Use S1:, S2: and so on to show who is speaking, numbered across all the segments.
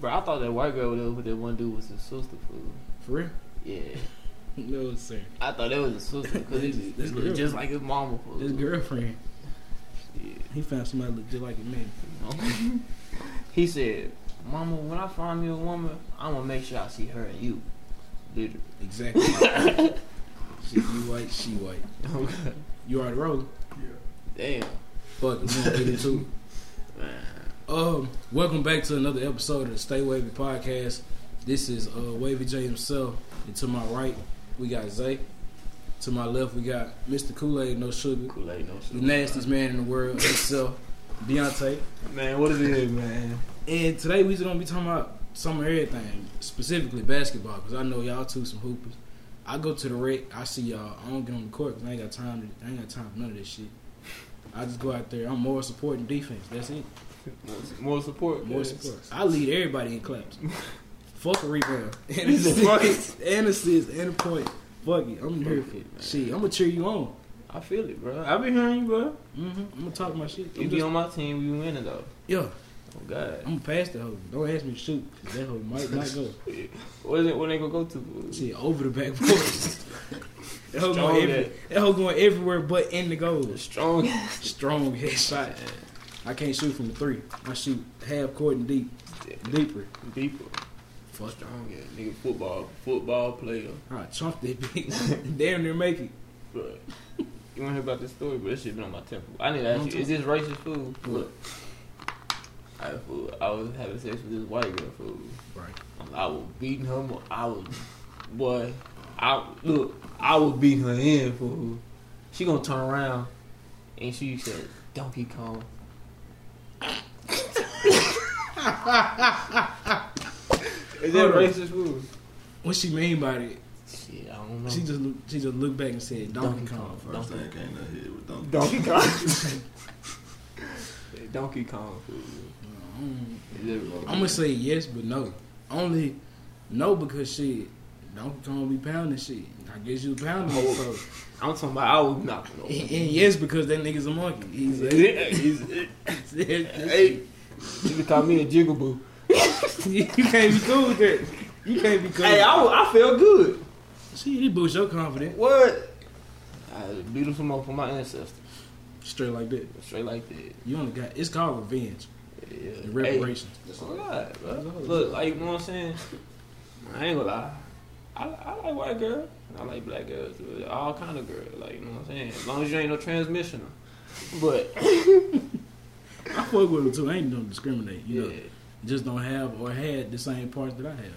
S1: Bro, I thought that white girl with that, with that one dude was his sister, fool.
S2: For real?
S1: Yeah.
S2: No, sir.
S1: I thought that was his sister because
S2: This-
S1: it, it
S2: this
S1: looked
S2: girl-
S1: just like his mama, fool.
S2: His girlfriend.
S1: Yeah.
S2: He found somebody look just like a man.
S1: you know? he said, Mama, when I find me a woman, I'm going to make sure I see her and you. Literally.
S2: Exactly. she you white, she white. You already rolling.
S1: Damn.
S2: Fuck, it, we gonna get into it.
S1: Man.
S2: Um, welcome back to another episode of the Stay Wavy Podcast. This is uh, Wavy J himself, and to my right we got Zay. To my left we got Mr. Kool Aid No Sugar,
S1: Kool-Aid, no
S2: the
S1: sugar.
S2: nastiest man in the world himself, Deontay.
S1: Man, what is it, man?
S2: And today we just gonna be talking about some of everything, specifically basketball, because I know y'all two some hoopers. I go to the rec, I see y'all. I don't get on the court because I ain't got time. To, I ain't got time for none of this shit. I just go out there. I'm more support and defense. That's it.
S1: More, more support.
S2: More
S1: man.
S2: support. I lead everybody in claps. Fuck a rebound. And
S1: He's a
S2: assist. And assist. And a point. Fuck it. I'm here for it.
S1: Perfect, man.
S2: Shit, I'm gonna cheer you on.
S1: I feel it, bro. I been hearing you, bro.
S2: Mm-hmm. I'm gonna talk my shit.
S1: You
S2: I'm
S1: be
S2: just,
S1: on my team, we winning though.
S2: yeah,
S1: Oh God.
S2: I'm gonna pass that hoe. Don't ask me to shoot. 'cause That hoe might not go.
S1: What is it? What they gonna go to? fool?
S2: Shit, over the back post. that, hoe
S1: Strong
S2: going every,
S1: ass.
S2: that hoe going everywhere but in the goal.
S1: The strong.
S2: Strong head shot. I can't shoot from the three. I shoot half court and deep, deeper.
S1: People.
S2: Fuck.
S1: Strong. ass Nigga, football. Football player.
S2: I chunk that bitch. Damn near make it.
S1: Bro. You wanna hear about this story? But that shit been on my temple. I need to ask you. Is this racist food? Look. I fool. I was having sex with this white girl fool.
S2: Right.
S1: I was beating her. mo- I was, boy, I look. I was beating her in for who? She gonna turn around, and she said, "Donkey Kong." Is that
S2: Hold on.
S1: racist food?
S2: What she mean by that?
S1: Shit, I don't know.
S2: She just look- she just looked back and said Donkey,
S1: Donkey
S2: Kong.
S1: Kong.
S2: first.
S3: First thing came to head with them.
S1: Donkey Kong. Donkey Kong food.
S2: I'm gonna Mm, say yes, but no. Only no because shit, Donkey Kong be pounding shit. I guess you pounding it. So.
S1: I'm talking about I was knocking over.
S2: And, and yes because that nigga's a monkey. He's a,
S1: You
S2: you
S1: can call me a jigaboo.
S2: can't be cool with that. You can't be cool.
S1: Hey, I, wa- I feel good.
S2: See, he boosts your confidence
S1: What? I beautiful moment for my ancestors.
S2: straight like that.
S1: Straight like that.
S2: You only got it's called revenge,
S1: Yeah.
S2: and reparations.
S1: Hey, oh God, bro. Look, like you know what I'm saying. I ain't gonna lie. I, I like white girls. and I like black girls. but All kind of girls. Like you know what I'm saying. As long as you ain't no transmissioner. But
S2: I fuck with him too. I ain't don't discriminate. You
S1: yeah,
S2: know, just don't have or had the same parts that I have.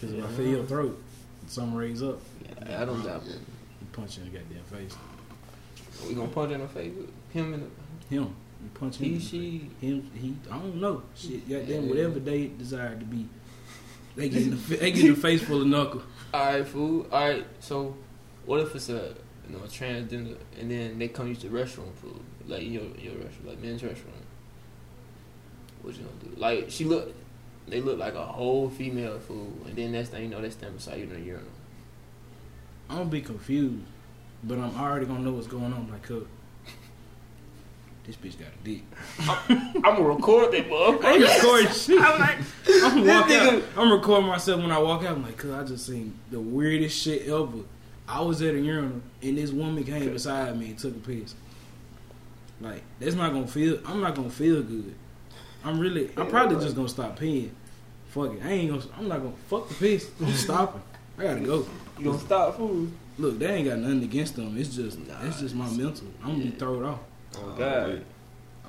S2: Because if I feel your throat, some raise up,
S1: yeah, I don't doubt. it.
S2: you punch you in the goddamn face.
S1: We gonna punch in the face. with Him and
S2: Him, you punch
S1: the,
S2: him. in
S1: he,
S2: the face.
S1: she.
S2: him, he. I don't know. Shit, goddamn,
S1: Yeah.
S2: whatever they desire to be, they get in the, fa- they get in the face full of knuckle.
S1: All right, food. All right. So, what if it's a you know a transgender, and then they come use the restroom, food, like your your restroom, like men's restroom. What you gonna do? Like she look, they look like a whole female food, and then next thing you know, they stand beside you in the urinal.
S2: I'm gonna be confused, but I'm already gonna know what's going on. Like, uh, this bitch got a dick.
S1: I'm gonna record that
S2: I'm
S1: motherfucker.
S2: recording shit.
S1: I'm like,
S2: I'm
S1: This
S2: walking out.
S1: nigga-
S2: I'm recording myself when I walk out. I'm like, cause I just seen the weirdest shit ever. I was at a urinal and this woman came beside me and took a piss. Like that's not gonna feel. I'm not gonna feel good. I'm really. I'm
S1: Yeah,
S2: probably
S1: right.
S2: just gonna stop peeing. Fuck it. I ain't gonna. I'm not gonna fuck the piss. I'm stopping. I gotta go.
S1: you gonna stop food?
S2: Look, they ain't got nothing against them. It's just.
S1: Nah,
S2: it's just my mental. I'm gonna
S1: yeah.
S2: be thrown off.
S1: Oh
S3: All the
S1: God.
S3: way.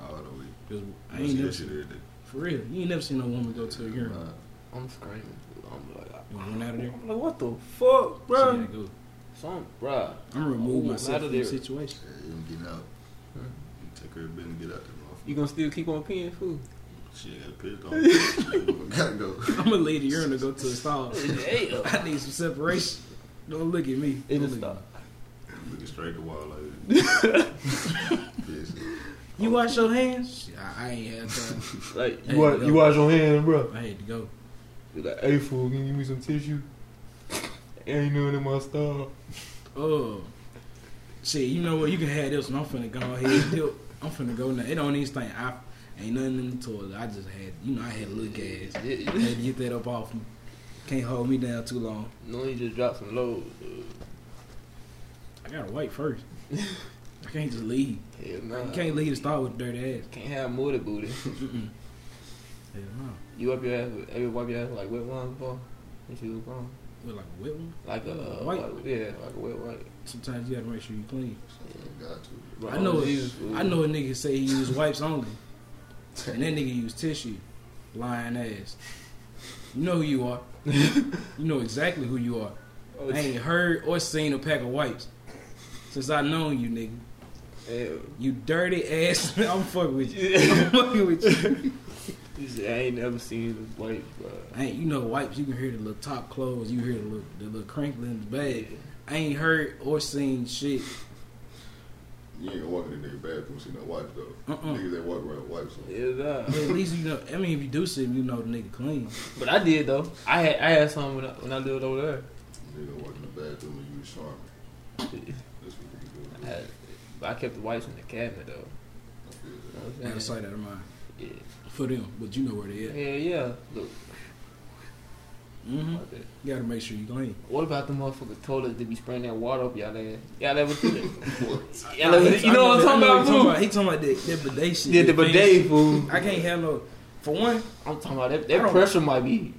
S3: All the way.
S2: 'Cause I
S3: You
S2: ain't
S3: see
S2: never.
S3: that shit every day.
S2: For real, you ain't never seen no woman go to a urinal.
S3: Nah.
S1: I'm screaming. fool. I'm like,
S2: You went out of there.
S1: I'm like, what the fuck,
S2: She
S1: bro?
S2: gotta go.
S1: So I'm, bro.
S2: I'm removing
S1: Ooh,
S2: myself
S1: outta
S2: from the
S1: there.
S2: situation.
S3: Yeah, you don't get out.
S1: Huh.
S3: You take her a bit and get out there.
S1: Hmm. You gonna still keep on peeing food?
S3: motherfucker. She ain't got a piss on. Gotta go.
S2: I'm gonna leave the urine to go to the stall.
S1: Oh, Yeah. uh,
S2: I need some separation. Don't look at me.
S1: It
S2: Don't
S1: is
S2: look at
S1: stop.
S3: Looking straight at the wall like this.
S2: me. You wash your hands? Shit, I, I ain't had time.
S1: Like
S2: Hey, wa- you no. wash
S1: your hands, bro.
S2: I had to go.
S1: Like, hey fool, can you give me some tissue? Ain't nothing in my stuff.
S2: Oh, shit! You know what? You can have this, and I'm finna go ahead. and do it. I'm finna go now. It don't even stink. I Ain't nothing in the toilet. I just had, you know, I had a little gas.
S1: Yeah.
S2: I had to get that up off me. Can't hold me down too long.
S1: No, you just drop some uh, loads. dude.
S2: I gotta wait first. I can't just leave.
S1: Hell no.
S2: You can't leave to start with dirty ass.
S1: Can't have more than booty.
S2: Mm-mm. Hell no.
S1: You wipe your ass. with- Ever wipe your ass with, like wet wine before? When you was gone?
S2: With like a wet one.
S1: Like a uh,
S2: White.
S1: Like, yeah, like a wet white.
S2: Sometimes you gotta make sure you clean.
S3: Got to.
S1: Bro,
S2: I know.
S1: oh,
S2: it-
S1: Jesus,
S2: I
S1: fool.
S2: know a nigga say he use wipes only, and that nigga use tissue. Lying ass. You know who you are. you know exactly who you are.
S1: Oh,
S2: I ain't heard or seen a pack of wipes since I known you, nigga.
S1: hell.
S2: You dirty ass. I'm fucking with you.
S1: Yeah.
S2: I'm fucking with you.
S1: You said, I ain't never seen a white. Bro.
S2: I ain't, you know, wipes. You can hear the little top close. You hear the little, the little crinkling in the bag. I ain't heard or seen shit.
S3: You ain't gonna walk in the nigga bathroom see no wipes though.
S2: Uh-uh.
S3: Niggas that walk around with wipes on.
S1: Yeah, nah.
S2: But at least you know. I mean, if you do see him, you know the nigga clean.
S1: But I did though. I had I had some when I, when I lived over there.
S3: Nigga walk in the bathroom and you was charming. That's what niggas
S1: I,
S3: do.
S1: had, but I kept the whites in the cabinet though.
S3: I feel
S1: You know what
S2: Out
S1: I'm
S2: of
S1: saying?
S2: sight, out of mind.
S1: Yeah.
S2: For them, but you know where they at.
S1: Hell yeah. Look,
S2: Mm-hmm.
S1: like that.
S2: You gotta make sure you clean.
S1: what about the motherfucker toilets that be spraying that water up y'all ass? Y'all ever do that?
S3: that. What?
S1: Y'all ever, you know what I'm talking
S2: I know
S1: about,
S2: what you're
S1: fool?
S2: He talking about that, that bidet shit.
S1: Yeah, the
S2: that fancy-
S1: bidet, fool.
S2: I can't have no. For one,
S1: I'm talking about that.
S2: I
S1: That
S2: don't-
S1: pressure might be.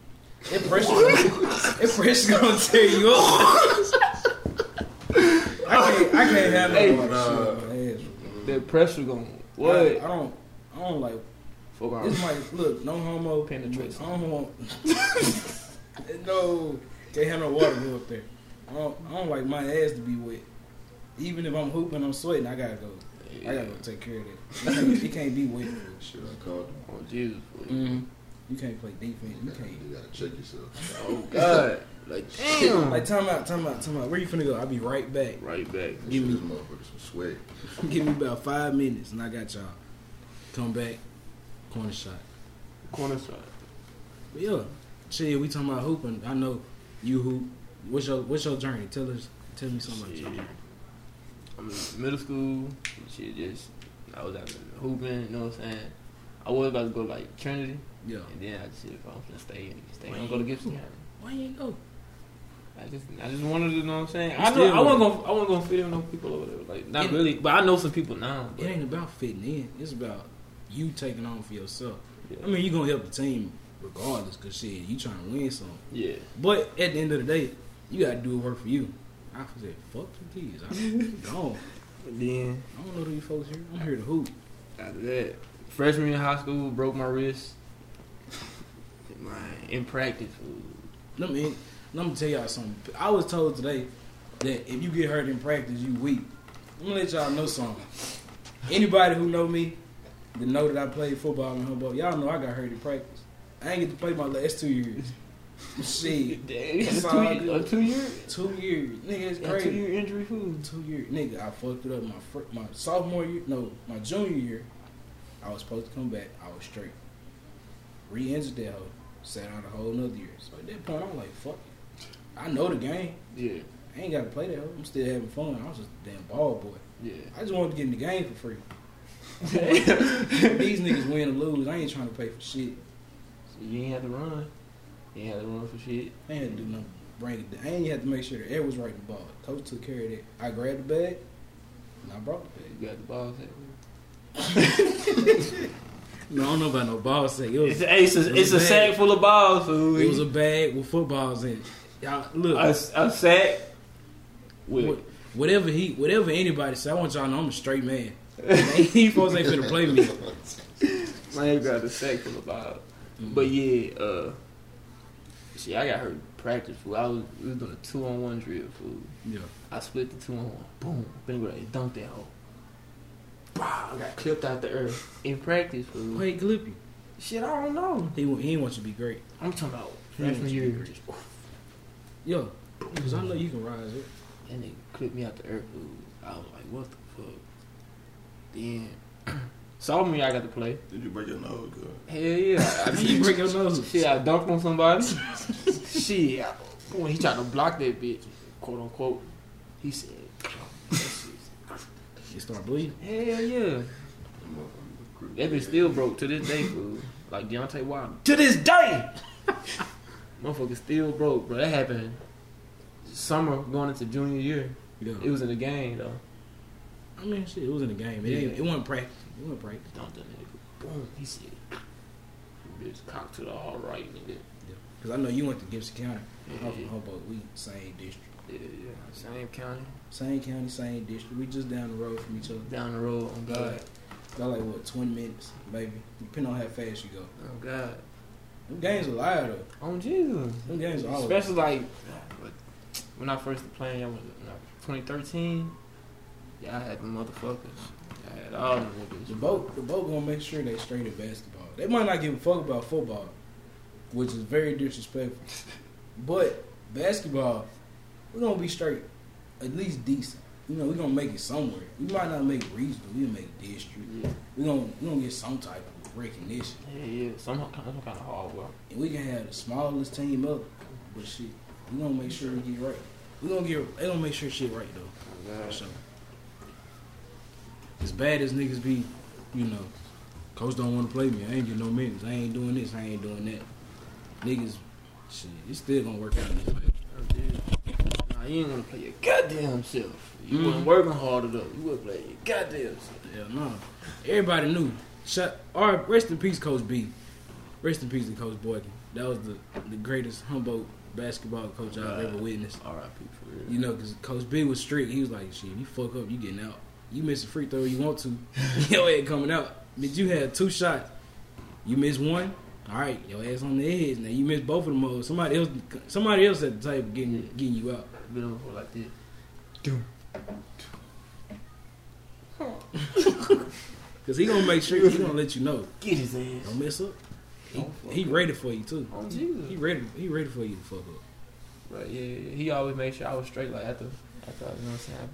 S2: that pressure, that pressure gonna tear you up. I can't, I can't have no.
S1: Hey.
S2: water shit on my ass.
S3: Mm-hmm.
S1: That pressure going. What?
S2: I, I don't. I don't like.
S1: Fuck around.
S2: It's like look, no homo.
S1: Penetration.
S2: I don't want. no, can't have no water go up there. I don't, I don't like my ass to be wet. Even if I'm hooping, I'm sweating. I gotta go. I
S1: Yeah.
S2: gotta go take care of that. It can't, it can't be wet.
S3: Shit, I called them.
S1: Oh Jesus. fool.
S2: You can't play defense. You
S3: You gotta,
S2: can't.
S3: you gotta check yourself.
S1: Oh God. Like damn.
S2: Like time out, time out, time out. Where you finna go? I'll be right back.
S1: right back.
S2: Give
S3: Give
S2: me-
S3: me this motherfucker some sweat.
S2: Give me about five minutes, and I got y'all. Come back, corner shot.
S1: Corner side.
S2: But yeah, shit, we talking about hooping. I know you hoop. What's your What's your journey? Tell us. Tell me something about your
S1: Shit.
S2: journey.
S1: I mean, middle school, shit, just I was out there hooping. You know what I'm saying? I was about to go like Trinity,
S2: Yeah.
S1: and then I just said, if I'm gonna stay, stay, I'm gonna go to Gibson County.
S2: Why you ain't go?
S1: I just, I just wanted to you know what I'm saying.
S2: You
S1: I know,
S2: still
S1: I wasn't gonna, I wasn't gonna fit in with no people over there, like not
S2: It-
S1: really. But I know some people now.
S2: It
S1: But,
S2: ain't about fitting in. It's about you taking on for yourself. I
S1: yeah.
S2: mean, you gonna help the team regardless, cause shit, you trying to win something.
S1: yeah,
S2: But at the end of the day, you gotta do work for you. I said, fuck the kids. I don't.
S1: and then
S2: I don't know who you folks here. I'm here to hoop.
S1: after that, freshman in high school, broke my wrist. Man, in practice, fool.
S2: Let me let me tell y'all something. I was told today that if you get hurt in practice, you weak. I'm gonna let y'all know something. Anybody who know me, that know that I played football and humble, y'all know I got hurt in practice. I ain't get to play my last two years. Shit,
S1: Damn,
S2: That's
S1: two
S2: all I
S1: year-
S2: do.
S1: a two year,
S2: two years, nigga, it's
S1: a two
S2: crazy.
S1: year injury, fool.
S2: Two years, nigga, I fucked it up. My fir- my sophomore year, no, my junior year, I was supposed to come back. I was straight. Re-injured that hoe, sat out a whole nother year. So at that point, I'm like, fuck it. I know the game.
S1: Yeah,
S2: I ain't got to play that. hoe. I'm still having fun. I was just a damn ball boy. I just wanted to get in the game for free.
S1: yeah.
S2: These niggas win or lose. I ain't trying to pay for shit.
S1: You ain't have to run. You ain't have to run for shit.
S2: I ain't had to do nothing. Bring it. down. I ain't had to make sure that air was right in the ball. Coach took care of that. I grabbed the bag and I brought the bag.
S1: You got the ball set.
S2: No, I don't know about no ball sack. It
S1: It's,
S2: was, it
S1: a- it's, a, it's a sack full of balls, fool.
S2: was a bag with footballs in it. Y'all look.
S1: a, a sack with.
S2: What- Whatever he, whatever anybody say, I want y'all to know I'm a straight man. These folks ain't finna play me.
S1: Man, you got a sack full of balls. But yeah, uh, see, I got hurt in practice, fool. I was, we was doing a two on one drill, fool.
S2: yeah,
S1: I split the two on one. Boom. Been go and dunked that hole. Bah, I got clipped out the earth in practice, fool.
S2: wait, Glippy.
S1: Shit, I don't know.
S2: He, wa- he ain't want you to be great.
S1: I'm talking about
S2: He ain't
S1: freshman
S2: want you to be
S1: year.
S2: great. Yo, because I know you can rise up.
S1: That nigga clipped me out the earth, fool. I was like, what the fuck? Then, sophomore year I got to play.
S3: Did you break your nose? Girl?
S1: Hell yeah. I,
S2: How you break your nose?
S1: shit, I dunked on somebody. shit, I, when he tried to block that bitch, quote unquote, he said,
S2: You start bleeding.
S1: hell yeah.
S3: That motherfucker
S1: That bitch still broke to this day, fool. Like Deontay Wilder.
S2: To this day,
S1: Motherfucker still broke, bro. That happened summer going into junior year. It was in the game, though.
S2: I mean, shit, it was in the game. It,
S1: Yeah.
S2: ain't- it wasn't practice. It wasn't practice.
S1: Dumped that nigga. Boom. He said, bitch, cock to the all right, nigga.
S2: Cause I know you went to Gibson County. I'm from
S1: Yeah,
S2: Humboldt. We same district,
S1: yeah, yeah. Same county.
S2: same county, same district. We just down the road from each other.
S1: Down the road. On God.
S2: Got like what twenty minutes, maybe. Depending on how fast you go.
S1: On God.
S2: Them games are live though.
S1: On Oh, Jesus.
S2: Them games are always.
S1: Especially like when I first playing, y'all was when I- 2013. Y'all had the motherfuckers. Y'all had all the niggas.
S2: The boat, the boat gonna make sure they straight at basketball. They might not give a fuck about football, which is very disrespectful. but basketball, we're gonna be straight, at least decent. You know, we're gonna make it somewhere. We might not make regional, we'll make district.
S1: Yeah,
S2: We're gonna we gonna get some type of recognition.
S1: yeah, yeah. Some kind, some kind of hard work.
S2: And we can have the smallest team up, but shit, we gonna make sure we get right. we gonna get they gonna make sure shit right though.
S1: Oh, God.
S2: For sure. As bad as niggas be, you know, coach don't want to play me. I ain't getting no minutes. I ain't doing this. I ain't doing that. Niggas, shit, it's still gonna work out in this way.
S1: Oh, dude. Nah, you ain't wanna play your goddamn self. You
S2: Mhm.
S1: wasn't working hard enough. You wasn't playing your goddamn self.
S2: Hell no. Everybody knew. Shut. All right, rest in peace, Coach B. Rest in peace to Coach Boykin. That was the, the greatest Humboldt basketball coach I've ever witnessed.
S1: R.I.P. for real.
S2: You know, because Coach B was strict. He was like, shit, you fuck up, you getting out. You miss a free throw you want to, your head coming out. But you had two shots. You miss one, all right, your ass on the edge. Now you miss both of them. hoes. Somebody else, somebody else at the table getting getting you out.
S1: been on for like this.
S2: Cause he gonna make sure he gonna let you know.
S1: Get his ass.
S2: Don't mess up. He,
S1: Don't fuck
S2: he
S1: up.
S2: ready for you too.
S1: Oh,
S2: He
S1: Jesus.
S2: ready. He ready for you to fuck up.
S1: Right, yeah, yeah. He always made sure I was straight. Like after, after you know what I'm saying.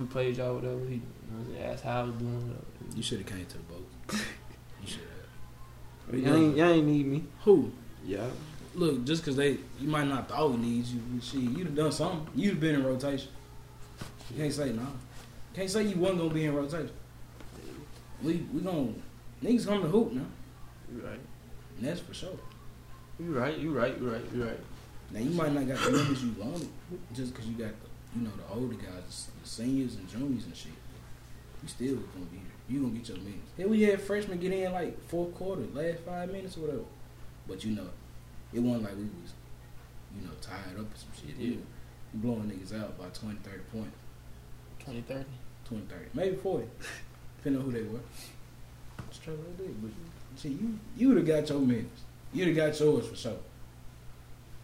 S1: We played y'all whatever. He you know, what I'm saying, asked how I was doing. Whatever.
S2: You should have came to the boat. You should have.
S1: Y'all ain't, y'all ain't need me.
S2: Who?
S1: Yeah.
S2: Look, just cause they you might not thought needs you, but shit, you'd have done something. You'd have been in rotation. You can't say no. Can't say you wasn't gonna be in rotation. We we gonna niggas come to hoop now.
S1: You right.
S2: And that's for sure.
S1: You right. You right. You right. You right.
S2: Now you might not got the numbers you wanted, just cause you got the, you know the older guys, the seniors and juniors and shit. You still gonna be here. You gonna get your minutes. Hell, we had freshmen get in like fourth quarter, last five minutes or whatever. But you know, it wasn't like we was, you know, tied up or some shit.
S1: Yeah.
S2: We blowing niggas out by 20, 30 points,
S1: Twenty thirty.
S2: 20, 30, maybe 40, depending on who they were. Straight like that, but see, you you would have got your minutes. You'd have got yours for sure.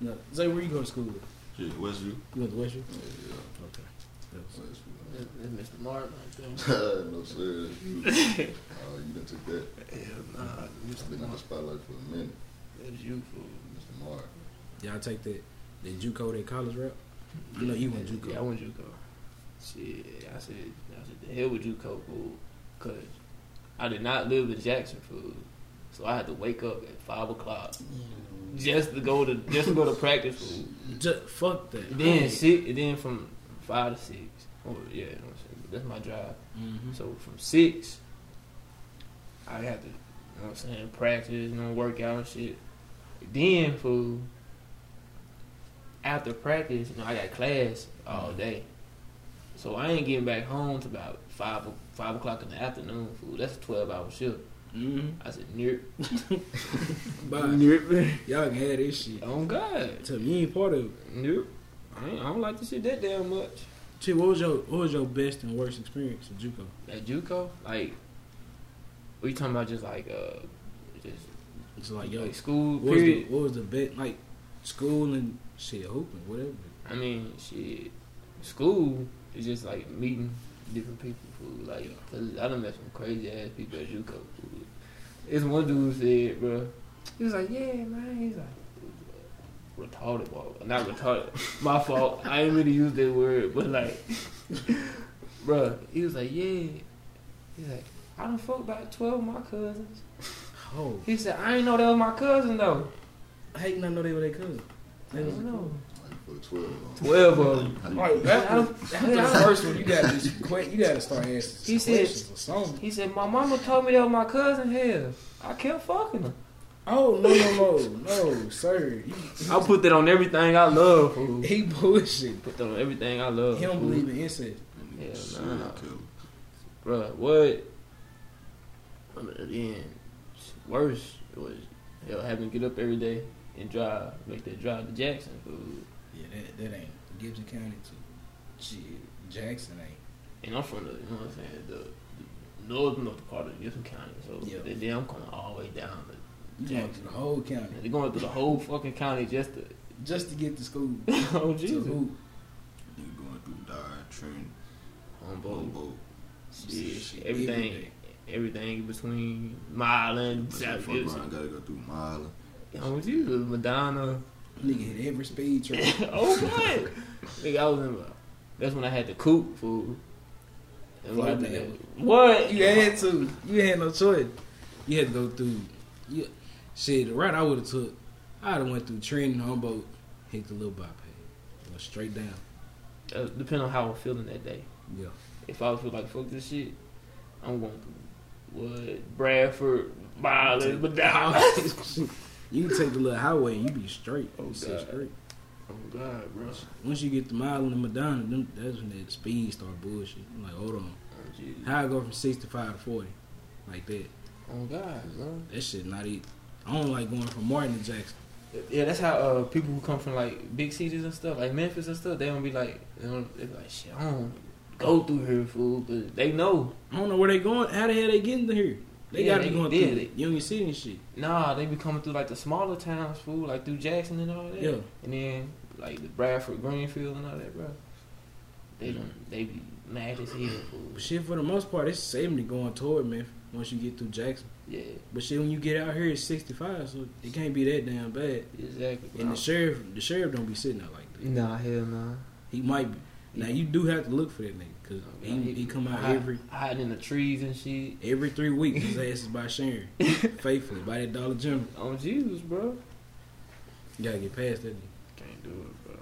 S2: No, Zay, where you go to school? at?
S3: Shit, Westview.
S2: You went to Western?
S3: Yeah, yeah.
S2: Okay.
S3: Westview.
S1: That's, that's Mr. Martin right
S3: no sir. That's you. Uh, you done took that.
S1: there. Hell nah.
S3: I've
S1: Mr.
S3: been in the
S1: Martin.
S3: spotlight for a minute.
S1: That's you fool.
S3: Mr. Mark.
S2: Y'all take that the JUCO that college rep? I know you went JUCO.
S1: Yeah, I went JUCO. Shit, I said, I said, the hell with JUCO, fool. Because I did not live in Jackson, fool. So I had to wake up at 5 o'clock just to go to just to go to practice, fool.
S2: Ju- fuck that.
S1: And then, six, and then from 5 to 6. Oh, yeah, you know what I'm saying? that's my drive.
S2: hmm
S1: So from 6, I had to, you know what I'm saying, practice, you know, work out and shit. Then, fool, after practice, you know, I got class all day. So I ain't getting back home to about five o- five o'clock in the afternoon. Fool, that's a twelve hour shift.
S2: hmm
S1: I said, "Nope,
S2: Bye.
S1: nope,
S2: Y'all can have this shit.
S1: oh God,
S2: Tell me you ain't part of it.
S1: nope." I, ain't, I don't like this shit that damn much.
S2: Shit, what was your what was your best and worst experience at JUCO?
S1: That JUCO, like, we talking about just like uh, just
S2: It's like yo,
S1: like school
S2: what was, the,
S1: period.
S2: what was the best like school and shit hooping whatever.
S1: I mean, shit, school is just like meeting different people. Fool. Like, 'cause I done met some crazy ass people at JUCO. Fool. This one dude said, bro, he was like, yeah, man, he's like, retarded, bro. Not retarded. My fault. I ain't really use that word, but like, bro, he was like, yeah. He's like, I done fucked about twelve of my cousins.
S2: Oh,
S1: He said, I ain't know that was my cousin though.
S2: I hate not know they were their cousin.
S1: I
S2: They was-
S1: don't know.
S3: I you put 12 on.
S1: Twelve of them.
S3: How you-
S2: Like after, after the first one, you gotta just quit. You gotta start asking some
S1: He said-
S2: questions or something.
S1: He said, "My mama told me that was my cousin. Hell, I kept fucking her.
S2: Oh no no no no, sir. You,
S1: I put that on everything I love. Fool.
S2: he bullshit.
S1: Put that on everything I love.
S2: He don't
S1: fool.
S2: believe in incest.
S1: Yeah,
S3: Shit,
S1: nah.
S3: kill
S1: Bruh, what? I mean, again, it's worse was hell having to get up every day and drive, make that drive to Jackson. Food.
S2: Yeah, that that ain't Gibson County too. Shit, Jackson ain't.
S1: And I'm from the, you know what I'm saying, the, the northern of the part of Houston County. So
S2: Yeah.
S1: then- then I'm coming all the way down. To,
S2: You going to the whole county
S1: they're going through the whole fucking county just to.
S2: just to get to school.
S1: oh,
S2: To
S1: Jesus.
S2: hoop.
S3: Nigga going through dire training,
S1: On boat.
S3: boat.
S1: Yeah,
S2: Shit,
S1: everything.
S2: every day.
S1: Everything between Mile and
S3: Fuck
S1: South
S3: around,
S1: Houston.
S3: gotta go through Mile.
S1: Oh, Jesus. Madonna.
S2: Nigga hit every speed trap.
S1: oh man, nigga, I was in. uh, That's when I had the coop food. And
S2: Fuck
S1: what?
S2: that.
S1: what?
S2: You had to. You had no choice. You had to go through. You, shit, the route I would have took, I'd have went through Trenton, Humboldt, hit the little bypass, go straight down.
S1: Uh, depending on how I'm feeling that day.
S2: Yeah,
S1: If I feel like fuck this shit, I'm going to what Bradford, Milan, Madonna.
S2: you can take the little highway and you be straight.
S1: Oh,
S2: you sit
S1: God.
S2: straight.
S1: Oh God, bro.
S2: Once you get to mile and Madonna, them, that's when that speed start bullshit. I'm like, hold on,
S1: Oh, Jesus.
S2: how I go from sixty five to forty, like that?
S1: oh God, bro.
S2: That shit not even. I don't like going from Martin to Jackson.
S1: Yeah, that's how uh, people who come from like big cities and stuff, like Memphis and stuff, they don't be like, they don't, they be like, shit, I don't go through here, fool. But they know,
S2: I don't know where they going. How the hell they getting to here? They
S1: Yeah,
S2: gotta be
S1: they
S2: going
S1: did
S2: through
S1: it.
S2: Union City and shit.
S1: Nah, they be coming through like the smaller towns, fool, like through Jackson and all that.
S2: Yeah.
S1: And then like the Bradford, Greenfield, and all that, bro. They don't. They be mad as hell, fool.
S2: But shit, for the most part, it's 70 going toward Memphis once you get through Jackson.
S1: Yeah,
S2: But shit, when you get out here, it's 65, so it can't be that damn bad.
S1: exactly.
S2: And the sheriff, the sheriff don't be sitting out like that.
S1: nah, hell nah.
S2: He might be. Now you do have to look for that nigga because
S1: Oh,
S2: he, he come out
S1: Hide-
S2: every
S1: hiding in the trees and shit.
S2: every three weeks. His ass is by Sharon, faithfully by that Dollar General.
S1: On Oh, Jesus, bro.
S2: You gotta get past that. Nigga.
S1: Can't do it, bro.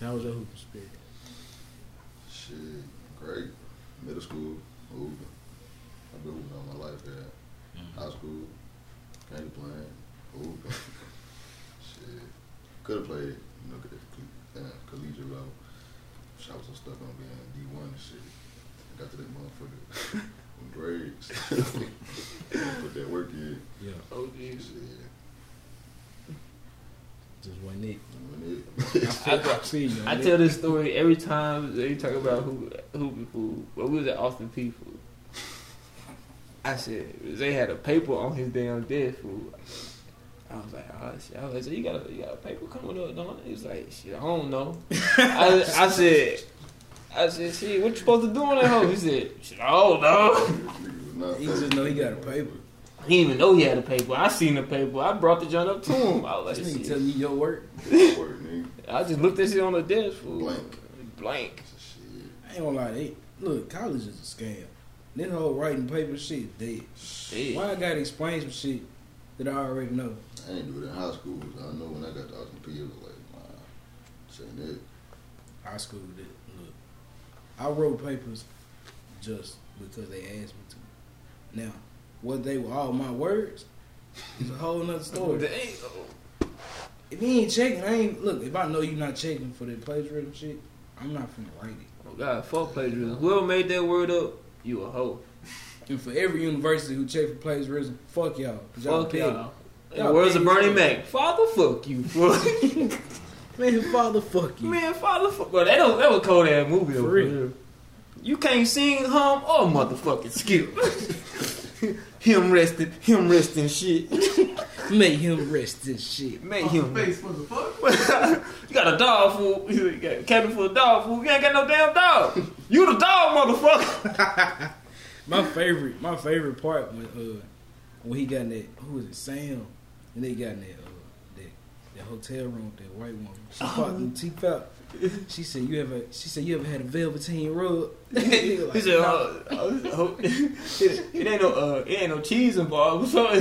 S2: That was your hoop spirit.
S3: Shit, great. Middle school, over. I've been hooping all my life there. High school, can't complain. Over. Shit, could have played, you know, at the coll- uh, collegiate level. Wish I was so stuck on being D one and shit. I got to that motherfucker on grades. Put that work in.
S2: Yeah,
S1: Oh
S3: Shit,
S1: Jesus.
S2: just one nick.
S3: doing
S2: I,
S3: it.
S2: feel- I feel you on
S1: I
S2: that.
S1: tell this story every time they talk about who who food. When we was at Austin P food, I said they had a paper on his damn desk food. I was like, oh shit. I was like, so you got a you got a paper coming up, don't? He was like, shit, I don't know. I, I said. I said, shit, what you supposed to do on that hoe? He said, shit, I don't know.
S3: Not
S2: He just know he got a paper.
S1: He didn't even know he had a paper. I seen the paper. I brought the joint up to him. I was
S2: This
S1: like,
S2: nigga
S1: shit.
S2: telling you your work.
S3: Work, nigga.
S1: I just looked at shit on the desk. Fool.
S3: Blank.
S1: Blank.
S3: Shit.
S2: I ain't gonna lie, they look, college is a scam. This whole writing paper shit is dead.
S1: Shit.
S2: Why I gotta explain some shit that I already know?
S3: I didn't do it in high school. I know when I got to Austin P, it was like, nah, this ain't it.
S2: High school did look. I wrote papers just because they asked me to. Now, what they were all my words is a whole nother story. If you ain't checking, I ain't look, if I know you not checking for the plagiarism shit, I'm not finna write it.
S1: Oh God, fuck plagiarism. Whoever made that word up, you a hoe.
S2: And for every university who check for plagiarism, fuck y'all. 'cause y'all
S1: Fuck
S2: petty.
S1: y'all.
S2: Y'all
S1: And where's the
S2: petty
S1: Bernie
S2: as
S1: Mac? Father, fuck you, fuck.
S2: Man, father, fuck you.
S1: Man, father, fuck. Well, that don't that was cold ass
S2: For
S1: movie. though, For
S2: real.
S1: real. You can't sing, hum, or motherfucking skip. him rested, him resting shit.
S2: Make him rest this shit.
S1: Make him.
S4: Face, motherfucker.
S1: you got a dog fool. You got a cabin full of dog fool. You ain't got no damn dog. You the dog, motherfucker.
S2: My favorite, my favorite part when uh when he got in that who was it Sam and they got in that uh, that that hotel room with that white woman. She
S1: Uh-huh.
S2: popped the teeth out. She said you ever she said you ever had a velveteen rub.
S1: he
S2: Nigga like,
S1: said, uh, uh, it ain't no, uh, it ain't no cheese involved. So
S2: I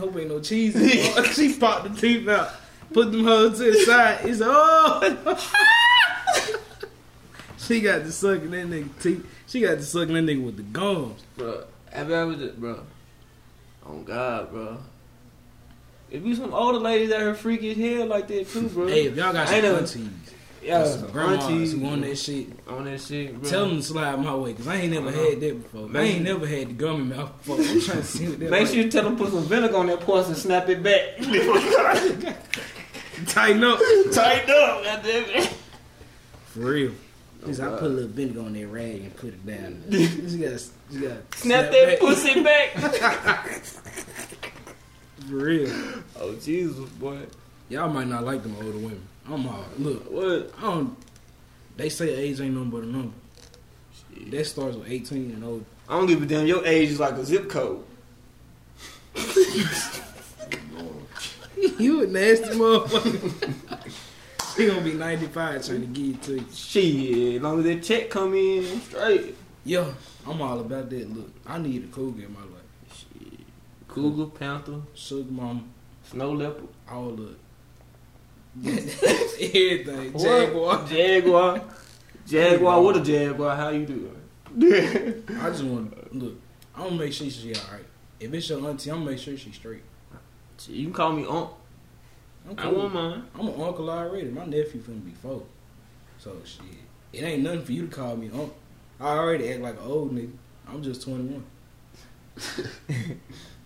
S2: hope ain't no cheese. in it. she popped the teeth out. Put them hoes to the side. It's oh. she got to sucking that nigga teeth. She got to sucking that nigga with the gums.
S1: bro. Have you ever, did- bro? Oh God, bro. If you some older ladies that are freaky as hell like that too, bro.
S2: Hey, if y'all got
S1: I
S2: some
S1: know.
S2: aunties,
S1: yeah,
S2: some grandmas
S1: aunties,
S2: who on
S1: bro.
S2: that shit,
S1: on that shit, bro.
S2: tell them to slide my way. Cause I ain't never
S1: Uh-huh.
S2: had that before. I
S1: Man.
S2: ain't never had the gum in my mouth before. I'm trying to see what that
S1: Make
S2: like.
S1: sure you tell them put some vinegar on that pulse and snap it back.
S2: tighten up.
S1: Tighten up, goddamn it.
S2: For real. Cause I
S1: God.
S2: put a little vinegar on that rag and put it down. there. Just gotta, just gotta
S1: Snap that
S2: back.
S1: pussy back.
S2: For real.
S1: oh Jesus, boy.
S2: Y'all might not like them older women. I'm all look.
S1: What?
S2: I don't. They say age ain't nothing but a number. That starts with 18 and older.
S1: I don't give a damn. Your age is like a zip code.
S3: Going.
S2: you a nasty motherfucker. she gonna be 95 trying to get you to you.
S1: Shit, as long as that check come in I'm straight.
S2: Yo, I'm all about that. Look, I need a cougar in my life.
S1: Shit. Cougar, panther,
S2: Sugar mama,
S1: snow leopard,
S2: all of everything. Jaguar.
S1: jaguar, jaguar. What a jaguar? How you doing?
S2: I just want look. I'm gonna make sure she all right. If it's your auntie, I'm gonna make sure she's straight.
S1: Shit, you can call me Unc.
S2: I'm
S1: I
S2: cool.
S1: want mine.
S2: I'm an uncle already. My nephew finna be four. So shit. It ain't nothing for you to call me uncle. I already act like an old nigga. I'm just 21.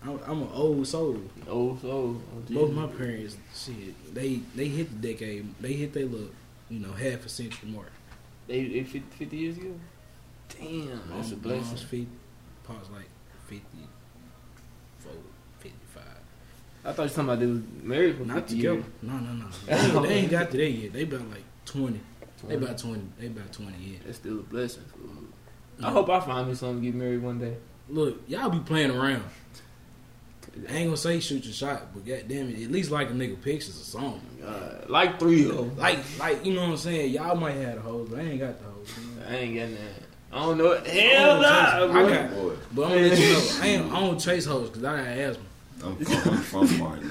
S2: I'm, I'm an old soul.
S1: Oh, so
S2: Both my parents, shit, they they hit the decade. They hit their look, you know, half a century mark.
S1: They, they 50, 50 years ago? Damn, that's a
S2: Mom-
S1: blessing.
S2: Mom's 50, Pa's like 54, 55.
S1: I thought you were talking about they was married for
S2: Not
S1: 50
S2: together.
S1: years.
S2: No, no, no. They, ain't- they ain't got to that yet. They about like 20. They about 20. They about 20 yeah.
S1: That's still a blessing. fool.
S2: Mm-hmm.
S1: I hope I find me something to get married one day.
S2: Look, y'all be playing around. I ain't gonna say shoot your shot, but goddamn it, at least like a nigga pictures or something.
S1: Uh, like three of them.
S2: Like, like you know what I'm saying? Y'all might have the hoes, but I ain't got the hoes.
S1: I ain't got nothing. I don't know.
S2: Oh,
S1: Hell
S2: I
S1: no. bro.
S2: got-
S3: Boy,
S2: But I'm gonna let you know, I ain't, I don't chase hoes because I got asthma.
S3: I'm from, I'm from Martin.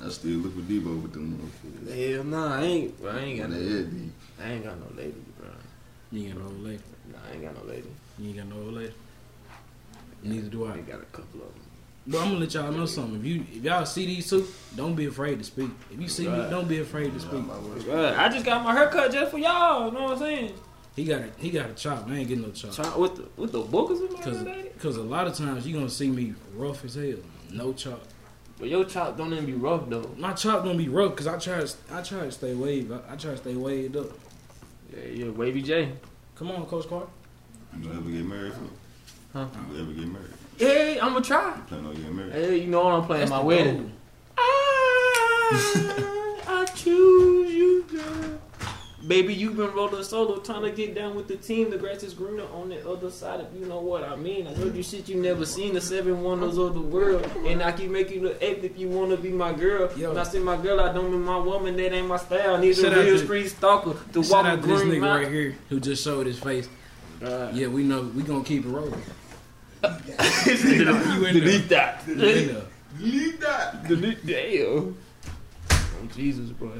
S3: nigga. I still look for Debo with them motherfuckers.
S1: Hell no. I ain't. Bro, I ain't got
S3: And they
S1: no.
S3: had me.
S1: I ain't got no lady, bro.
S2: You ain't got no old lady.
S1: Nah, I ain't got no lady.
S2: You ain't got no old lady. Neither do
S1: I
S2: I.
S1: got a couple of them.
S2: But I'm gonna let y'all know something. If you if y'all see these two, don't be afraid to speak. If you see me,
S1: Right.
S2: don't be afraid to speak.
S3: Nah, my worst.
S1: Bro, I just got my haircut just for y'all. You know what I'm saying?
S2: He got a, he got a chop. I ain't getting no chop.
S1: Try, with the with the bookers in my
S2: Cause,
S1: daddy.
S2: Cause a lot of times you gonna see me rough as hell, no chop.
S1: But your chop don't even be rough though.
S2: My chop gonna be rough cause I try to I try to stay waved. I, I try to stay waved up.
S1: Yeah, yeah, wavy J.
S2: Come on, Coach Carter.
S3: You gonna ever get married, fool?
S1: Huh?
S3: You ever get married?
S1: Hey, I'ma try.
S3: You plan on getting married?
S1: Hey, you know what I'm playing
S2: That's
S1: my
S2: the
S1: wedding.
S2: goal.
S1: I, I choose you, girl. Baby, you've been rolling solo, trying to get down with the team. The grass is greener on the other side. If you know what I mean, I told you shit you never seen. The seven wonders of the world, and I keep making the eighth if you wanna be my girl.
S2: Yo.
S1: When I say my girl, I don't mean my woman. That ain't my style. Neither
S2: Shout out
S1: real
S2: to-
S1: street stalker to
S2: Shout
S1: walk a
S2: out to this
S1: green
S2: nigga right
S1: mountain.
S2: here who just showed his face.
S1: Uh,
S2: Yeah, we know we gonna keep it rolling.
S1: Delete
S2: You in there.
S1: that.
S2: You in there.
S3: Leave that.
S1: Delete damn. Oh Jesus, bro.